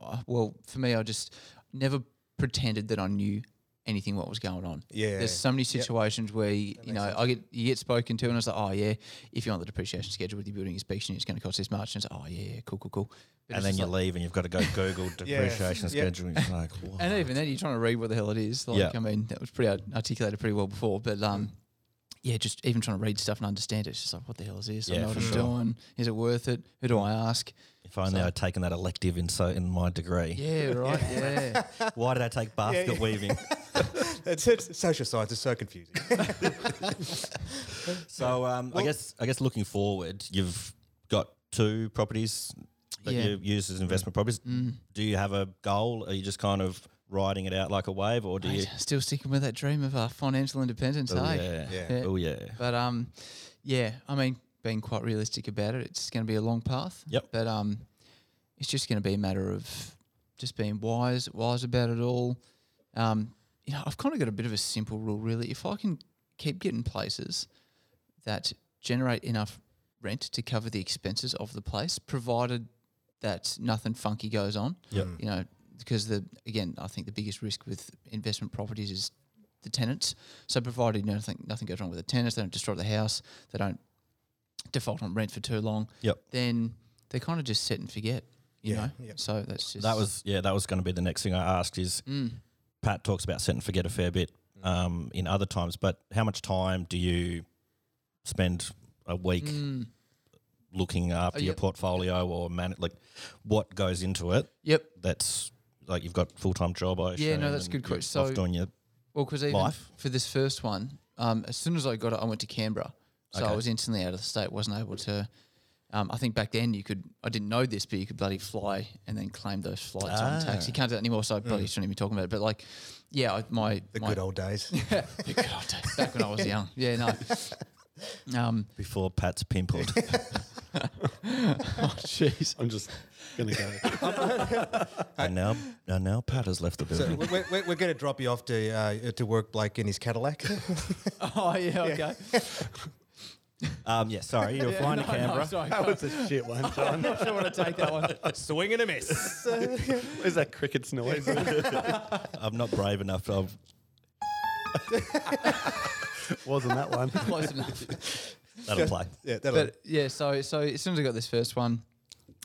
Speaker 6: uh, well, for me, I just never pretended that I knew anything what was going on.
Speaker 3: Yeah.
Speaker 6: There's so many situations where, you, you know, I get, you get spoken to and I was like, oh, yeah, if you're on the depreciation schedule with your building inspection, it's going to cost this much. And it's like, oh, yeah, cool, cool, cool.
Speaker 2: and
Speaker 6: But it's
Speaker 2: then
Speaker 6: just
Speaker 2: you
Speaker 6: like-
Speaker 2: leave and you've got to go Google depreciation schedule. and It's like, what?
Speaker 6: and even then, you're trying to read what the hell it is. Like,
Speaker 2: Yeah.
Speaker 6: I mean, that was pretty art- articulated pretty well before, but um, yeah, just even trying to read stuff and understand it, it's just like, what the hell is this? I
Speaker 2: Yeah,
Speaker 6: know what
Speaker 2: for
Speaker 6: I'm
Speaker 2: sure.
Speaker 6: doing. Is it worth it? Who do I ask?
Speaker 2: if only I'd taken that elective in so in my degree.
Speaker 6: Yeah, right. yeah.
Speaker 2: Why did I take basket weaving?
Speaker 3: it's, it's, social science is so confusing.
Speaker 2: So um, I guess I guess looking forward, you've got two properties that
Speaker 6: Yeah.
Speaker 2: you use as investment properties. Do you have a goal? Are you just kind of riding it out like a wave, or do you?
Speaker 6: Still sticking with that dream of uh, financial independence, eh?
Speaker 2: Oh
Speaker 6: hey?
Speaker 2: yeah.
Speaker 3: Yeah.
Speaker 2: Oh yeah.
Speaker 6: But um, yeah, I mean, being quite realistic about it, it's going to be a long path.
Speaker 2: Yep.
Speaker 6: But um, it's just going to be a matter of just being wise, wise about it all. Um, you know, I've kind of got a bit of a simple rule, really. If I can keep getting places that generate enough rent to cover the expenses of the place, provided that nothing funky goes on.
Speaker 2: Yep.
Speaker 6: You know, because the again, I think the biggest risk with investment properties is the tenants. So provided nothing nothing goes wrong with the tenants, they don't destroy the house, they don't default on rent for too long,
Speaker 2: Yep.
Speaker 6: then they kind of just set and forget. You
Speaker 3: Yeah,
Speaker 6: know?
Speaker 3: yep.
Speaker 6: So that's just
Speaker 2: That was yeah. That was going to be the next thing I asked. Is Pat talks about set and forget a fair bit um, in other times, but how much time do you spend a week
Speaker 6: Mm.
Speaker 2: looking after your
Speaker 6: yeah.
Speaker 2: portfolio or man like what goes into it?
Speaker 6: Yep.
Speaker 2: That's like you've got full time job. I
Speaker 6: Yeah, no,
Speaker 2: assume,
Speaker 6: that's a
Speaker 2: and
Speaker 6: good
Speaker 2: you're
Speaker 6: question.
Speaker 2: off
Speaker 6: So-
Speaker 2: doing your
Speaker 6: Well, because even
Speaker 2: Life.
Speaker 6: for this first one, um, as soon as I got it, I went to Canberra, so I was instantly out of the state. wasn't able to. Um, I think back then you could. I didn't know this, but you could bloody fly and then claim those flights on tax. You can't do that anymore, so I bloody shouldn't even be talking about it. But like, yeah, I, my
Speaker 3: the
Speaker 6: my,
Speaker 3: good old days.
Speaker 6: the good old days, back when I was young. Yeah, no. Um,
Speaker 2: before Pat's pimpled.
Speaker 6: jeez.
Speaker 4: I'm just going to go.
Speaker 2: and now and now Pat has left the
Speaker 3: So
Speaker 2: building.
Speaker 3: we're, we're, we're going to drop you off to uh, to work Blake in his Cadillac.
Speaker 6: Oh yeah, okay.
Speaker 2: um yeah, sorry, you were flying to Canberra.
Speaker 6: sorry,
Speaker 4: that was a shit one,
Speaker 6: I'm
Speaker 4: John.
Speaker 6: not sure what to take that one.
Speaker 1: Swing and a miss.
Speaker 4: Where's that cricket's noise?
Speaker 2: I'm not brave enough. I've,
Speaker 4: Wasn't that one?
Speaker 6: Close enough.
Speaker 2: that'll play.
Speaker 3: yeah, that'll
Speaker 6: But yeah, so so as soon as I got this first one,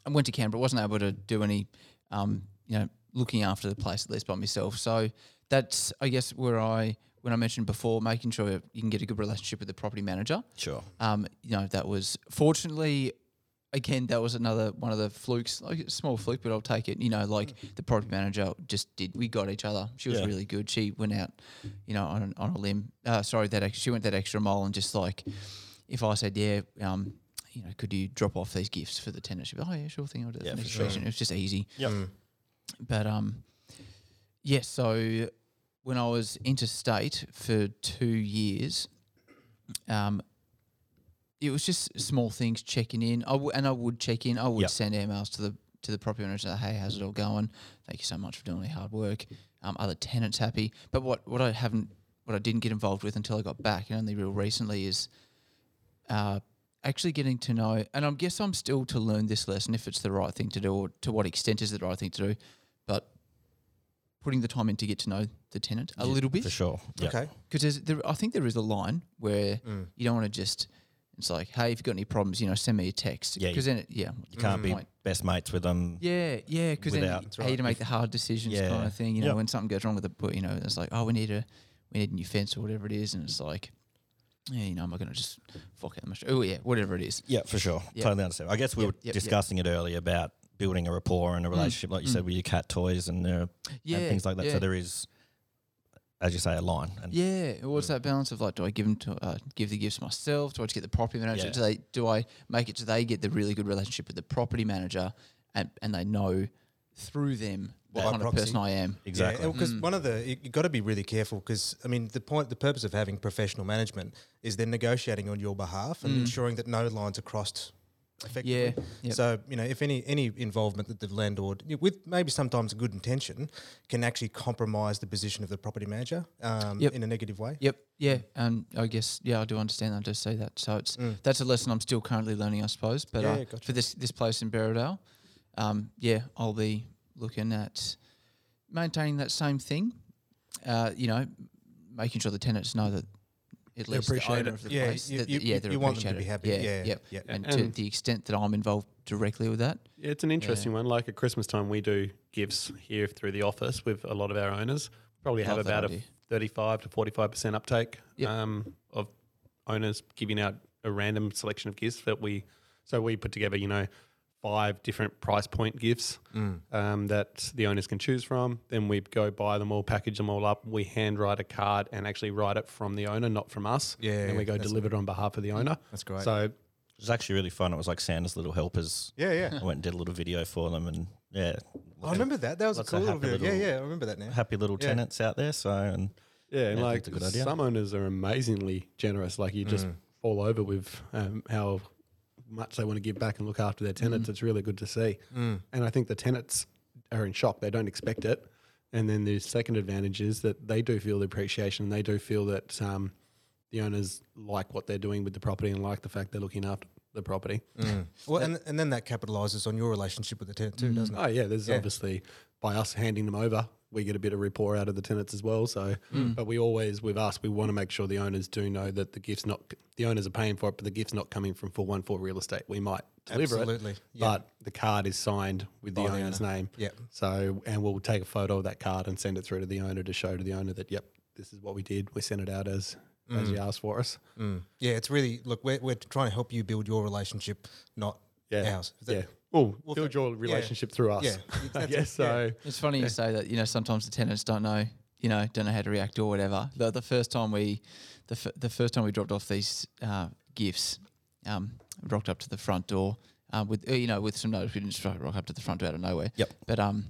Speaker 6: I went to Canberra. wasn't able to do any, um, you know, looking after the place at least by myself. So that's I guess where I when I mentioned before, making sure you can get a good relationship with the property manager.
Speaker 2: Sure.
Speaker 6: Um, you know, that was fortunately, again, that was another one of the flukes, like a small fluke, but I'll take it. You know, like the property manager just did. We got each other. She was
Speaker 2: Mm. Yeah.
Speaker 6: really good. She went out, you know, on, on a limb. Uh, sorry, that ex- she went that extra mile and just like, if I said, yeah, um, you know, could you drop off these gifts for the tenant? She'd be, oh yeah, sure thing. I'll do that
Speaker 2: Yeah,
Speaker 6: for
Speaker 2: for
Speaker 6: next
Speaker 2: sure.
Speaker 6: session. It was just easy.
Speaker 2: Yep.
Speaker 3: Mm.
Speaker 6: But um, yeah. So when I was interstate for two years, um, it was just small things checking in. I w- and I would check in. I would
Speaker 2: Yep.
Speaker 6: send emails to the to the property owner and say, "Hey, how's it all going? Thank you so much for doing all your hard work. Um, are the tenants happy?" But what what I haven't what I didn't get involved with until I got back and only real recently is uh, actually getting to know, and I guess I'm still to learn this lesson if it's the right thing to do or to what extent is it the right thing to do, but putting the time in to get to know the tenant a little bit.
Speaker 2: For sure. Yep.
Speaker 3: Okay.
Speaker 6: Because there, I think there is a line where
Speaker 2: Mm.
Speaker 6: you don't want to just, it's like, hey, if you've got any problems, you know, send me a text.
Speaker 2: Yeah, you-
Speaker 6: Because then, it, yeah.
Speaker 2: You can't be best mates with them.
Speaker 6: Mm. Yeah, yeah, because then
Speaker 2: Without-
Speaker 6: you- how you to make the hard decisions
Speaker 2: Yeah.
Speaker 6: kind of thing. You know,
Speaker 2: Yep.
Speaker 6: when something goes wrong with the, but you know, it's like, oh, we need a, we need a new fence or whatever it is, and it's like, yeah, you know, am I going to just fuck it? Oh yeah, whatever it is.
Speaker 2: Yeah, for sure.
Speaker 6: Yep.
Speaker 2: Totally understand. I guess we
Speaker 6: Yep,
Speaker 2: were
Speaker 6: yep, yep.
Speaker 2: discussing it earlier about building a rapport and a relationship, like you said, with your cat toys and, uh,
Speaker 6: Mm. Yeah,
Speaker 2: and things like that.
Speaker 6: yeah.
Speaker 2: So there is as you say, a line. And
Speaker 6: Yeah, what's that balance of like, do I give them to uh, give the gifts myself? Do I just get the property manager?
Speaker 2: Yeah.
Speaker 6: Do they do I make it so they get the really good relationship with the property manager, and and they know through them what
Speaker 3: By
Speaker 6: kind of
Speaker 3: proxy.
Speaker 6: person I am?
Speaker 2: Exactly.
Speaker 3: because
Speaker 6: Mm.
Speaker 3: one of the you, you got to be really careful because I mean the point the purpose of having professional management is they're negotiating on your behalf and ensuring that no lines are crossed. Effectively.
Speaker 6: Mm. Yeah, yep.
Speaker 3: So you know if any any involvement that the landlord with maybe sometimes good intention can actually compromise the position of the property manager um,
Speaker 6: Yep.
Speaker 3: in a negative way.
Speaker 6: Yep. Yeah. And I guess yeah, I do understand. that, I do see that. So it's that's a lesson I'm still currently learning, I suppose. But
Speaker 3: Mm. Yeah,
Speaker 6: uh,
Speaker 3: yeah, gotcha.
Speaker 6: for this this place in Berridale, um, yeah, I'll be looking at maintaining that same thing. Uh, you know, making sure the tenants know that at least the
Speaker 4: appreciate
Speaker 6: owner
Speaker 4: it.
Speaker 6: of the
Speaker 3: Yeah,
Speaker 6: place,
Speaker 3: you-
Speaker 6: that,
Speaker 3: you-
Speaker 6: yeah,
Speaker 3: you-
Speaker 6: they're
Speaker 3: you want them to be
Speaker 6: appreciated.
Speaker 3: happy. Yeah,
Speaker 6: yep.
Speaker 3: yeah.
Speaker 6: And, to
Speaker 4: And-
Speaker 6: the extent that I'm involved directly with that,
Speaker 4: Yeah, it's an interesting one. Like at Christmas time, we do gifts here through the office with a lot of our owners. Probably have
Speaker 6: Love that
Speaker 4: about
Speaker 6: idea.
Speaker 4: a 35 to 45% uptake
Speaker 6: Yep.
Speaker 4: um, of owners giving out a random selection of gifts that we, so we put together, you know, five different price point gifts um, that the owners can choose from. Then we go buy them all, package them all up. We handwrite a card and actually write it from the owner, not from us.
Speaker 3: Yeah,
Speaker 4: And then we
Speaker 3: yeah,
Speaker 4: go
Speaker 3: that's-
Speaker 4: deliver it on behalf of the owner.
Speaker 3: That's great.
Speaker 4: So
Speaker 2: It was actually really fun. It was like Santa's little helpers.
Speaker 3: Yeah, yeah.
Speaker 2: I went and did a little video for them, and yeah,
Speaker 3: I remember that. That was a
Speaker 2: Lots of
Speaker 3: cool little
Speaker 2: happy
Speaker 3: video. Yeah,
Speaker 2: little-
Speaker 3: yeah, I remember that now.
Speaker 2: happy little
Speaker 3: Yeah.
Speaker 2: tenants out there. So and
Speaker 4: Yeah, and
Speaker 2: Yeah,
Speaker 4: like
Speaker 2: that's a good idea. Mm.
Speaker 4: some owners are amazingly generous. Like you just fall over with um, how much they want to give back and look after their tenants.
Speaker 2: Mm.
Speaker 4: It's really good to see. And I think the tenants are in shock. They don't expect it. And then the second advantage is that they do feel the appreciation. They do feel that um, the owners like what they're doing with the property and like the fact they're looking after the property.
Speaker 2: Mm.
Speaker 3: Well, and, and then that capitalizes on your relationship with the tenant
Speaker 6: Mm.
Speaker 3: too, doesn't it?
Speaker 4: Oh yeah, there's obviously by us handing them over, we get a bit of rapport out of the tenants as well. So,
Speaker 3: Mm.
Speaker 4: but we always with us, we want to make sure the owners do know that the gift's not the owners are paying for it, but the gift's not coming from four one four real estate. We might deliver
Speaker 3: Absolutely,
Speaker 4: it,
Speaker 3: yeah.
Speaker 4: but the card is signed with the
Speaker 3: By the
Speaker 4: owner's
Speaker 3: owner.
Speaker 4: name.
Speaker 3: Yep.
Speaker 4: So, and we'll take a photo of that card and send it through to the owner to show to the owner that yep, this is what we did. We sent it out as
Speaker 3: Mm.
Speaker 4: as you asked for us.
Speaker 3: Yeah, it's really look. We're, we're trying to help you build your relationship, not
Speaker 4: Yeah.
Speaker 3: ours. Is that-
Speaker 4: Yeah. Well,
Speaker 3: Well,
Speaker 4: build
Speaker 3: that-
Speaker 4: your
Speaker 3: yeah.
Speaker 4: relationship through us.
Speaker 3: Yeah,
Speaker 4: I
Speaker 3: that's it,
Speaker 4: guess so.
Speaker 3: yeah.
Speaker 6: It's funny you say that. You know, sometimes the tenants don't know. You know, don't know how to react or whatever. The, the first time we, the, f- the first time we dropped off these uh, gifts, um, we rocked up to the front door um, with uh, you know with some notice. We didn't just rock up to the front door out of nowhere.
Speaker 2: Yep.
Speaker 6: But um,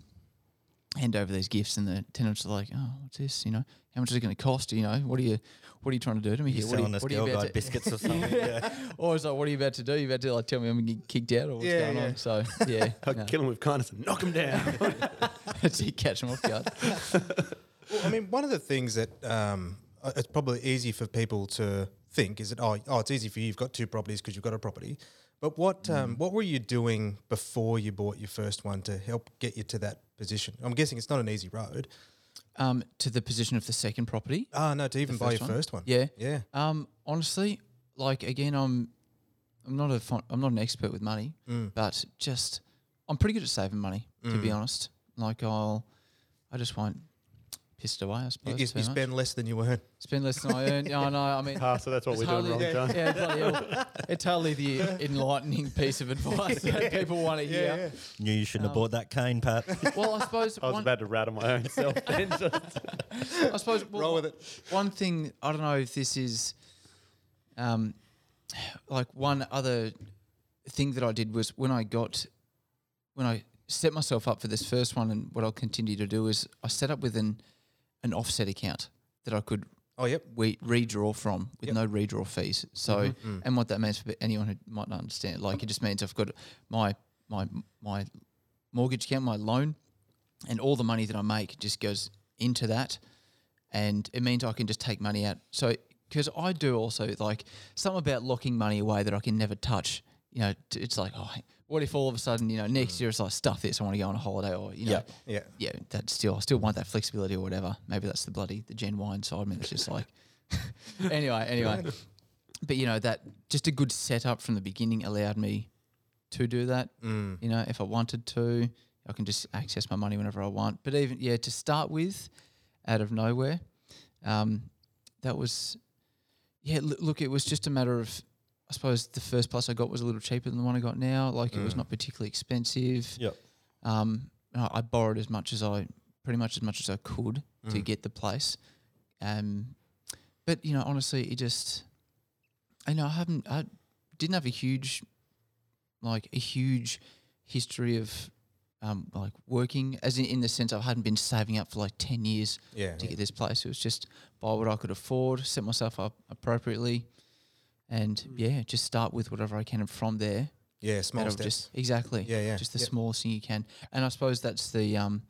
Speaker 6: hand over these gifts, and the tenants are like, "Oh, what's this? You know, how much is it going to cost? You know, what are you, what are you trying to do to me
Speaker 2: you're
Speaker 6: here? What are
Speaker 2: selling
Speaker 6: you,
Speaker 2: us
Speaker 6: what are you
Speaker 2: girl
Speaker 6: about
Speaker 2: guide
Speaker 6: to-"
Speaker 2: biscuits or something. yeah.
Speaker 6: Or it's like, what are you about to do? You about to like tell me I'm going to get kicked out or what's
Speaker 3: Yeah,
Speaker 6: going
Speaker 3: yeah.
Speaker 6: on? So yeah,
Speaker 4: I
Speaker 6: no,
Speaker 4: Kill them with kindness and knock them down.
Speaker 6: you catch them off guard.
Speaker 3: Well, I mean, one of the things that um, uh, it's probably easy for people to think is that oh, oh it's easy for you. You've got two properties because you've got a property. But what um,
Speaker 6: Mm.
Speaker 3: what were you doing before you bought your first one to help get you to that position? I'm guessing it's not an easy road.
Speaker 6: Um, to the position of the second property.
Speaker 3: Ah, no, to even buy your
Speaker 6: first one?
Speaker 3: first one.
Speaker 6: Yeah.
Speaker 3: yeah.
Speaker 6: Um, honestly, like again, I'm I'm not a fun, I'm not an expert with money,
Speaker 4: Mm.
Speaker 6: but just I'm pretty good at saving money. To be honest, like I'll I just won't piss it away. I
Speaker 3: You,
Speaker 6: suppose
Speaker 3: you-
Speaker 6: too
Speaker 3: you
Speaker 6: much.
Speaker 3: spend less than you earn.
Speaker 6: spend less than I earn. Yeah, I know. I mean,
Speaker 4: Ah, so that's what
Speaker 6: it's
Speaker 4: we're doing wrong,
Speaker 6: hardly-
Speaker 4: John.
Speaker 6: yeah, bloody hell. it's hardly the enlightening piece of advice that people want to hear.
Speaker 2: Knew you shouldn't have
Speaker 6: Oh.
Speaker 2: bought that cane, Pat.
Speaker 6: Well, I suppose
Speaker 4: I was
Speaker 6: one,
Speaker 4: about to rattle my own self. Then.
Speaker 6: I suppose well,
Speaker 3: Roll with
Speaker 6: One thing I don't know if this is, um, like one other thing that I did was when I got, when I set myself up for this first one, and what I'll continue to do is I set up with an an offset account that I could
Speaker 3: Oh, yep.
Speaker 6: we redraw from with no redraw fees. So, and what that means for anyone who might not understand, like it just means I've got my my my mortgage account, my loan, and all the money that I make just goes into that, and it means I can just take money out. So, because I do also like something about locking money away that I can never touch. You know, t- it's like, oh, what if all of a sudden, you know, next year it's like stuff this, I want to go on a holiday, or you know,
Speaker 2: Yeah.
Speaker 3: Yeah.
Speaker 6: yeah, that still I still want that flexibility or whatever. Maybe that's the bloody the Gen Y inside me that's just like anyway, anyway. But you know, that just a good setup from the beginning allowed me to do that. You know, if I wanted to, I can just access my money whenever I want. But even yeah, to start with, out of nowhere, um, that was yeah, l- look, it was just a matter of I suppose the first plus I got was a little cheaper than the one I got now. Like it was not particularly expensive.
Speaker 2: Yep.
Speaker 6: Um, and I, I borrowed as much as I, pretty much as much as I could to get the place. Um, but you know, honestly, it just I know I haven't I didn't have a huge like a huge history of um, like working as in, in the sense I hadn't been saving up for like ten years
Speaker 3: Yeah.
Speaker 6: to get this place. It was just buy what I could afford, set myself up appropriately, and yeah, just start with whatever I can, and from there,
Speaker 3: Yeah, small
Speaker 6: that'll
Speaker 3: steps.
Speaker 6: just exactly,
Speaker 3: Yeah, yeah,
Speaker 6: just the
Speaker 3: yep.
Speaker 6: smallest thing you can. And I suppose that's the um,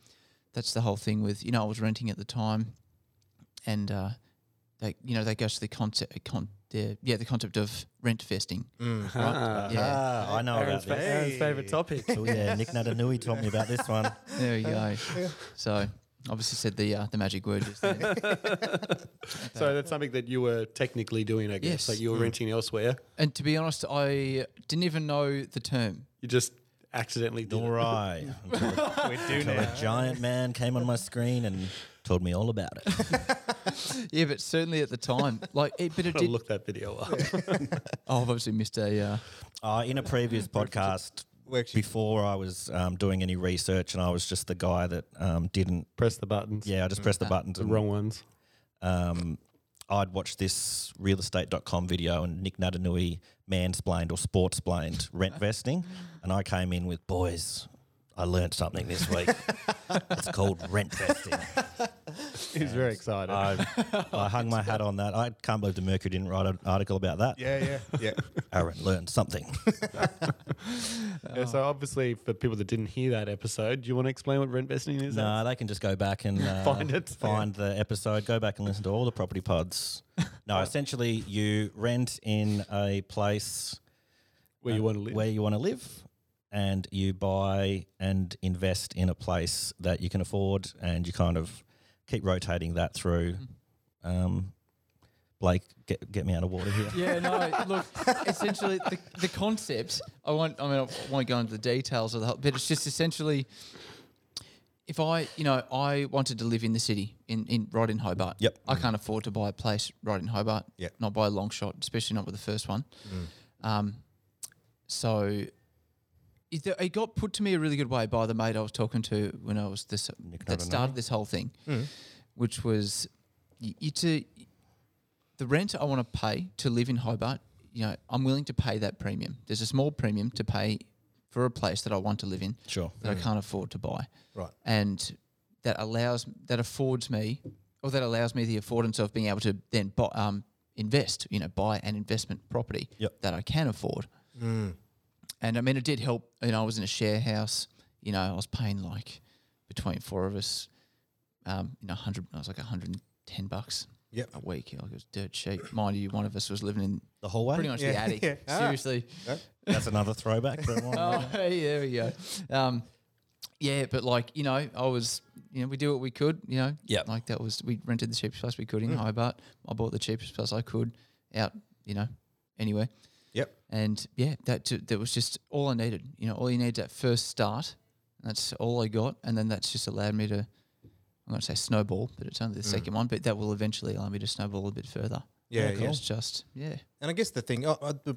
Speaker 6: that's the whole thing with you know I was renting at the time, and uh, that you know that goes to the concept, con- the, yeah, the concept of rent vesting.
Speaker 3: Mm.
Speaker 4: Ah,
Speaker 6: Yeah,
Speaker 2: Ah, I know
Speaker 7: Aaron's,
Speaker 2: about
Speaker 7: fa-
Speaker 2: this.
Speaker 7: Aaron's favorite topic.
Speaker 2: Oh yeah, Nick Natanui told me about this one.
Speaker 6: there you go. So obviously said the uh, the magic word. Just there.
Speaker 4: So that's something that you were technically doing, I guess.
Speaker 6: Yes.
Speaker 4: Like you were renting elsewhere.
Speaker 6: And to be honest, I didn't even know the term.
Speaker 4: You just accidentally did
Speaker 2: All
Speaker 4: it.
Speaker 2: right. we do now. A giant man came on my screen and told me all about it.
Speaker 6: Yeah, but certainly at the time, like, it, but it
Speaker 4: Gotta
Speaker 6: did.
Speaker 4: look that video up.
Speaker 6: Oh, I've obviously missed a. Uh,
Speaker 2: Uh, in a previous podcast,
Speaker 3: Worksheet.
Speaker 2: before I was um, doing any research, and I was just the guy that um, didn't.
Speaker 4: Press the buttons.
Speaker 2: Yeah, I just pressed the
Speaker 6: Uh,
Speaker 2: buttons
Speaker 4: The
Speaker 2: and
Speaker 4: wrong ones.
Speaker 2: um, I'd watched this realestate.com video and Nick Natanui mansplained or sportsplained rent vesting. And I came in with, boys, I learned something this week. it's called rent vesting.
Speaker 7: He's very excited.
Speaker 2: I, I hung my hat on that. I can't believe the Mercury didn't write an article about that.
Speaker 3: yeah, yeah, yeah.
Speaker 2: Aaron learned something.
Speaker 4: Yeah, Uh, so obviously, for people that didn't hear that episode, do you want to explain what rent vesting is?
Speaker 2: no, they can just go back and uh,
Speaker 4: Find it.
Speaker 2: find the episode. Go back and listen to all the property pods. No, essentially, you rent in a place uh,
Speaker 4: where you want to live.
Speaker 2: where you want to live and you buy and invest in a place that you can afford and you kind of keep rotating that through
Speaker 4: Mm-hmm.
Speaker 2: um, Blake get, get me out of water here
Speaker 6: yeah, no. Look, essentially, the, the concept. I won't. I mean, I won't go into the details of the. whole- But it's just essentially, if I, you know, I wanted to live in the city, in, in right in Hobart.
Speaker 2: Yep.
Speaker 6: I can't afford to buy a place right in Hobart.
Speaker 3: Yeah.
Speaker 6: Not by a long shot, especially not with the first one. Um, so. It, it got put to me a really good way by the mate I was talking to when I was this that started this whole thing, which was y- it's a the rent I want to pay to live in Hobart, you know, I'm willing to pay that premium. There's a small premium to pay for a place that I want to live in
Speaker 2: sure
Speaker 6: that I can't afford to buy.
Speaker 3: Right.
Speaker 6: And that allows that affords me or that allows me the affordance of being able to then buy, um, invest, you know, buy an investment property
Speaker 2: Yep. Mm.
Speaker 6: that I can afford. And I mean, it did help. You know, I was in a share house. You know, I was paying like between four of us, um, you know, hundred. I was like hundred and ten bucks
Speaker 3: Yep.
Speaker 6: a week. Like it was dirt cheap, mind you. One of us was living in
Speaker 2: the hallway
Speaker 6: pretty much the
Speaker 3: Yeah,
Speaker 6: attic.
Speaker 3: yeah. Ah.
Speaker 6: Seriously.
Speaker 2: that's another throwback for everyone.
Speaker 6: Oh, hey, there we go. Um, yeah, but like you know, I was you know we do what we could. You know,
Speaker 2: Yep.
Speaker 6: Like that was we rented the cheapest place we could
Speaker 3: Mm.
Speaker 6: in Hobart. I bought the cheapest place I could out. You know, anywhere.
Speaker 3: Yep.
Speaker 6: And yeah, that ju- that was just all I needed. You know, all you need is that first start. And that's all I got, and then that's just allowed me to. I'm going to say snowball, but it's only
Speaker 3: Mm.
Speaker 6: the second one. But that will eventually allow me to snowball a bit further.
Speaker 3: Yeah,
Speaker 6: And it
Speaker 3: yeah.
Speaker 6: was just yeah,
Speaker 3: And I guess the thing, oh, uh, the,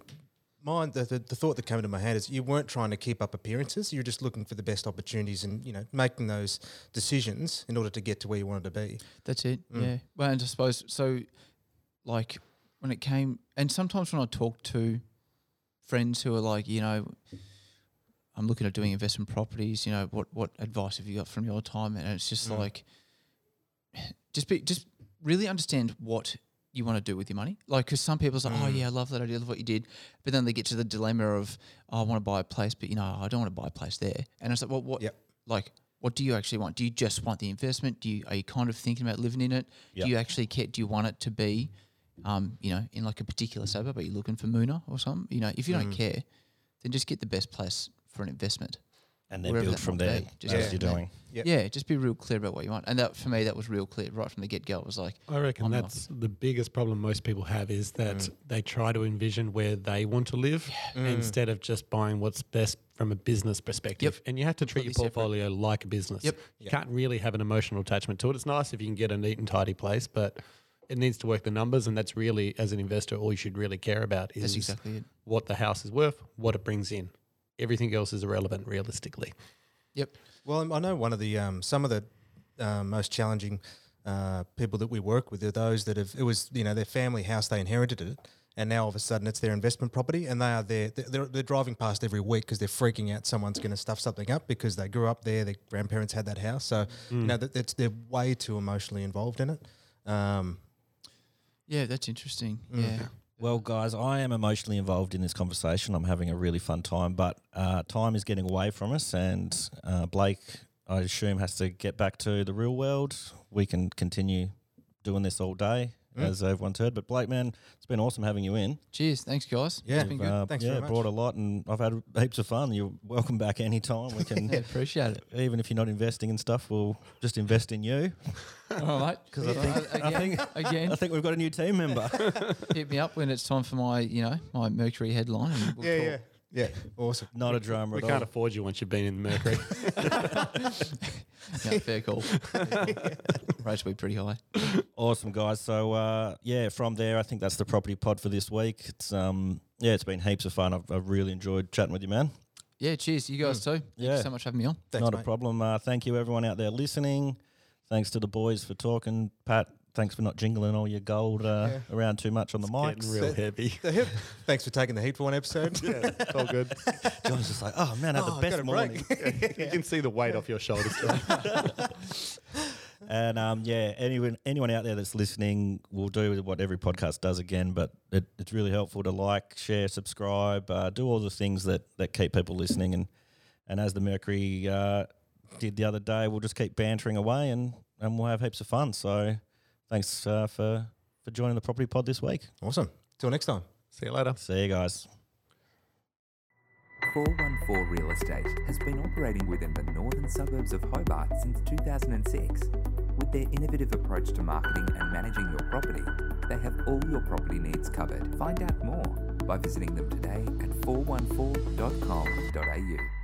Speaker 3: mind, the, the, the thought that came into my head is you weren't trying to keep up appearances. You were just looking for the best opportunities and, you know, making those decisions in order to get to where you wanted to be.
Speaker 6: That's it. Yeah. Well, and I suppose so. Like when it came, and sometimes when I talk to friends who are like, you know, I'm looking at doing investment properties. You know, what what advice have you got from your time? And it's just like, just be just really understand what you want to do with your money. Like, because some people say, oh yeah, I love that idea, I love what you did, but then they get to the dilemma of, oh, I want to buy a place, but you know, I don't want to buy a place there. And it's like, well, what?
Speaker 3: Yep.
Speaker 6: Like, what do you actually want? Do you just want the investment? Do you are you kind of thinking about living in it?
Speaker 2: Yep.
Speaker 6: Do you actually care? Do you want it to be, um, you know, in like a particular suburb? Are you looking for Moona or something? You know, if you don't care, then just get the best place for an investment.
Speaker 2: and then
Speaker 6: Wherever
Speaker 2: build
Speaker 6: that
Speaker 2: from
Speaker 6: might
Speaker 2: there
Speaker 6: be, just
Speaker 2: as
Speaker 6: go
Speaker 2: you're
Speaker 6: from there.
Speaker 2: doing
Speaker 3: Yep.
Speaker 6: Yeah, just be real clear about what you want. And that for me, that was real clear right from the get go. It was like,
Speaker 4: I reckon
Speaker 6: I'm not-
Speaker 4: that's the biggest problem most people have is that they try to envision where they want to live instead of just buying what's best from a business perspective. And you have to treat your
Speaker 6: Completely separate.
Speaker 4: portfolio like a business.
Speaker 6: Yep.
Speaker 4: You can't really have an emotional attachment to it. It's nice if you can get a neat and tidy place, but it needs to work the numbers. And that's really, as an investor, all you should really care about is
Speaker 6: exactly it.
Speaker 4: what the house is worth, what it brings in. Everything else is irrelevant realistically.
Speaker 6: yep,
Speaker 3: Well, I know one of the um, some of the um, uh, most challenging uh, people that we work with are those that have it was you know their family house they inherited it and now all of a sudden it's their investment property and they are there they're, they're driving past every week because they're freaking out someone's going to stuff something up because they grew up there their grandparents had that house so you know that, that's they're way too emotionally involved in it um,
Speaker 6: Yeah, that's interesting. Yeah.
Speaker 2: Well, guys, I am emotionally involved in this conversation. I'm having a really fun time, but uh, time is getting away from us, and uh, Blake, I assume, has to get back to the real world. We can continue doing this all day, as everyone's heard. But Blake, man, it's been awesome having you in.
Speaker 6: Cheers. Thanks, guys.
Speaker 3: yeah
Speaker 6: It's been good.
Speaker 2: Uh,
Speaker 3: thanks
Speaker 2: yeah,
Speaker 3: very much
Speaker 2: brought a lot, and I've had heaps of fun. You're welcome back anytime. We can,
Speaker 6: Yeah, appreciate it.
Speaker 2: even if you're not investing in stuff, we'll just invest in you.
Speaker 6: All right. Because I think, again, again
Speaker 2: I think we've got a new team member.
Speaker 6: hit me up when it's time for my, you know, my Mercury headline. And we'll
Speaker 3: yeah
Speaker 6: talk.
Speaker 3: yeah yeah awesome
Speaker 2: not a drama
Speaker 4: We
Speaker 2: at all.
Speaker 4: can't afford you once you've been in the Mercury.
Speaker 6: Yeah, fair call. Rates will be pretty high.
Speaker 2: Awesome guys. So uh, yeah, from there, I think that's the property pod for this week. It's um yeah, it's been heaps of fun. I've, I've really enjoyed chatting with you, man.
Speaker 6: Yeah, cheers. You guys too. Thank
Speaker 2: Yeah.
Speaker 6: you so much for having me on.
Speaker 3: Thanks,
Speaker 2: Not a
Speaker 3: mate.
Speaker 2: problem. Uh, thank you everyone out there listening. Thanks to the boys for talking, Pat. Thanks for not jingling all your gold uh, around too much on the mics.
Speaker 4: Getting real heavy.
Speaker 3: thanks for taking the heat for one episode
Speaker 4: yeah, it's all good.
Speaker 2: John's just like, oh man, I had
Speaker 3: Oh,
Speaker 2: the
Speaker 3: I got
Speaker 2: best
Speaker 3: a break."
Speaker 2: morning.
Speaker 4: You can see the weight off your shoulders.
Speaker 2: And um, yeah, anyone anyone out there that's listening will do what every podcast does again, but it, it's really helpful to like, share, subscribe, uh, do all the things that that keep people listening. And and as the Mercury uh, did the other day, we'll just keep bantering away and and we'll have heaps of fun. So thanks uh, for for joining the Property Pod this week.
Speaker 3: awesome till next time
Speaker 4: see you later.
Speaker 2: See you guys.
Speaker 8: 414 Real Estate has been operating within the northern suburbs of Hobart since 2006. With their innovative approach to marketing and managing your property, they have all your property needs covered. Find out more by visiting them today at 414.com.au.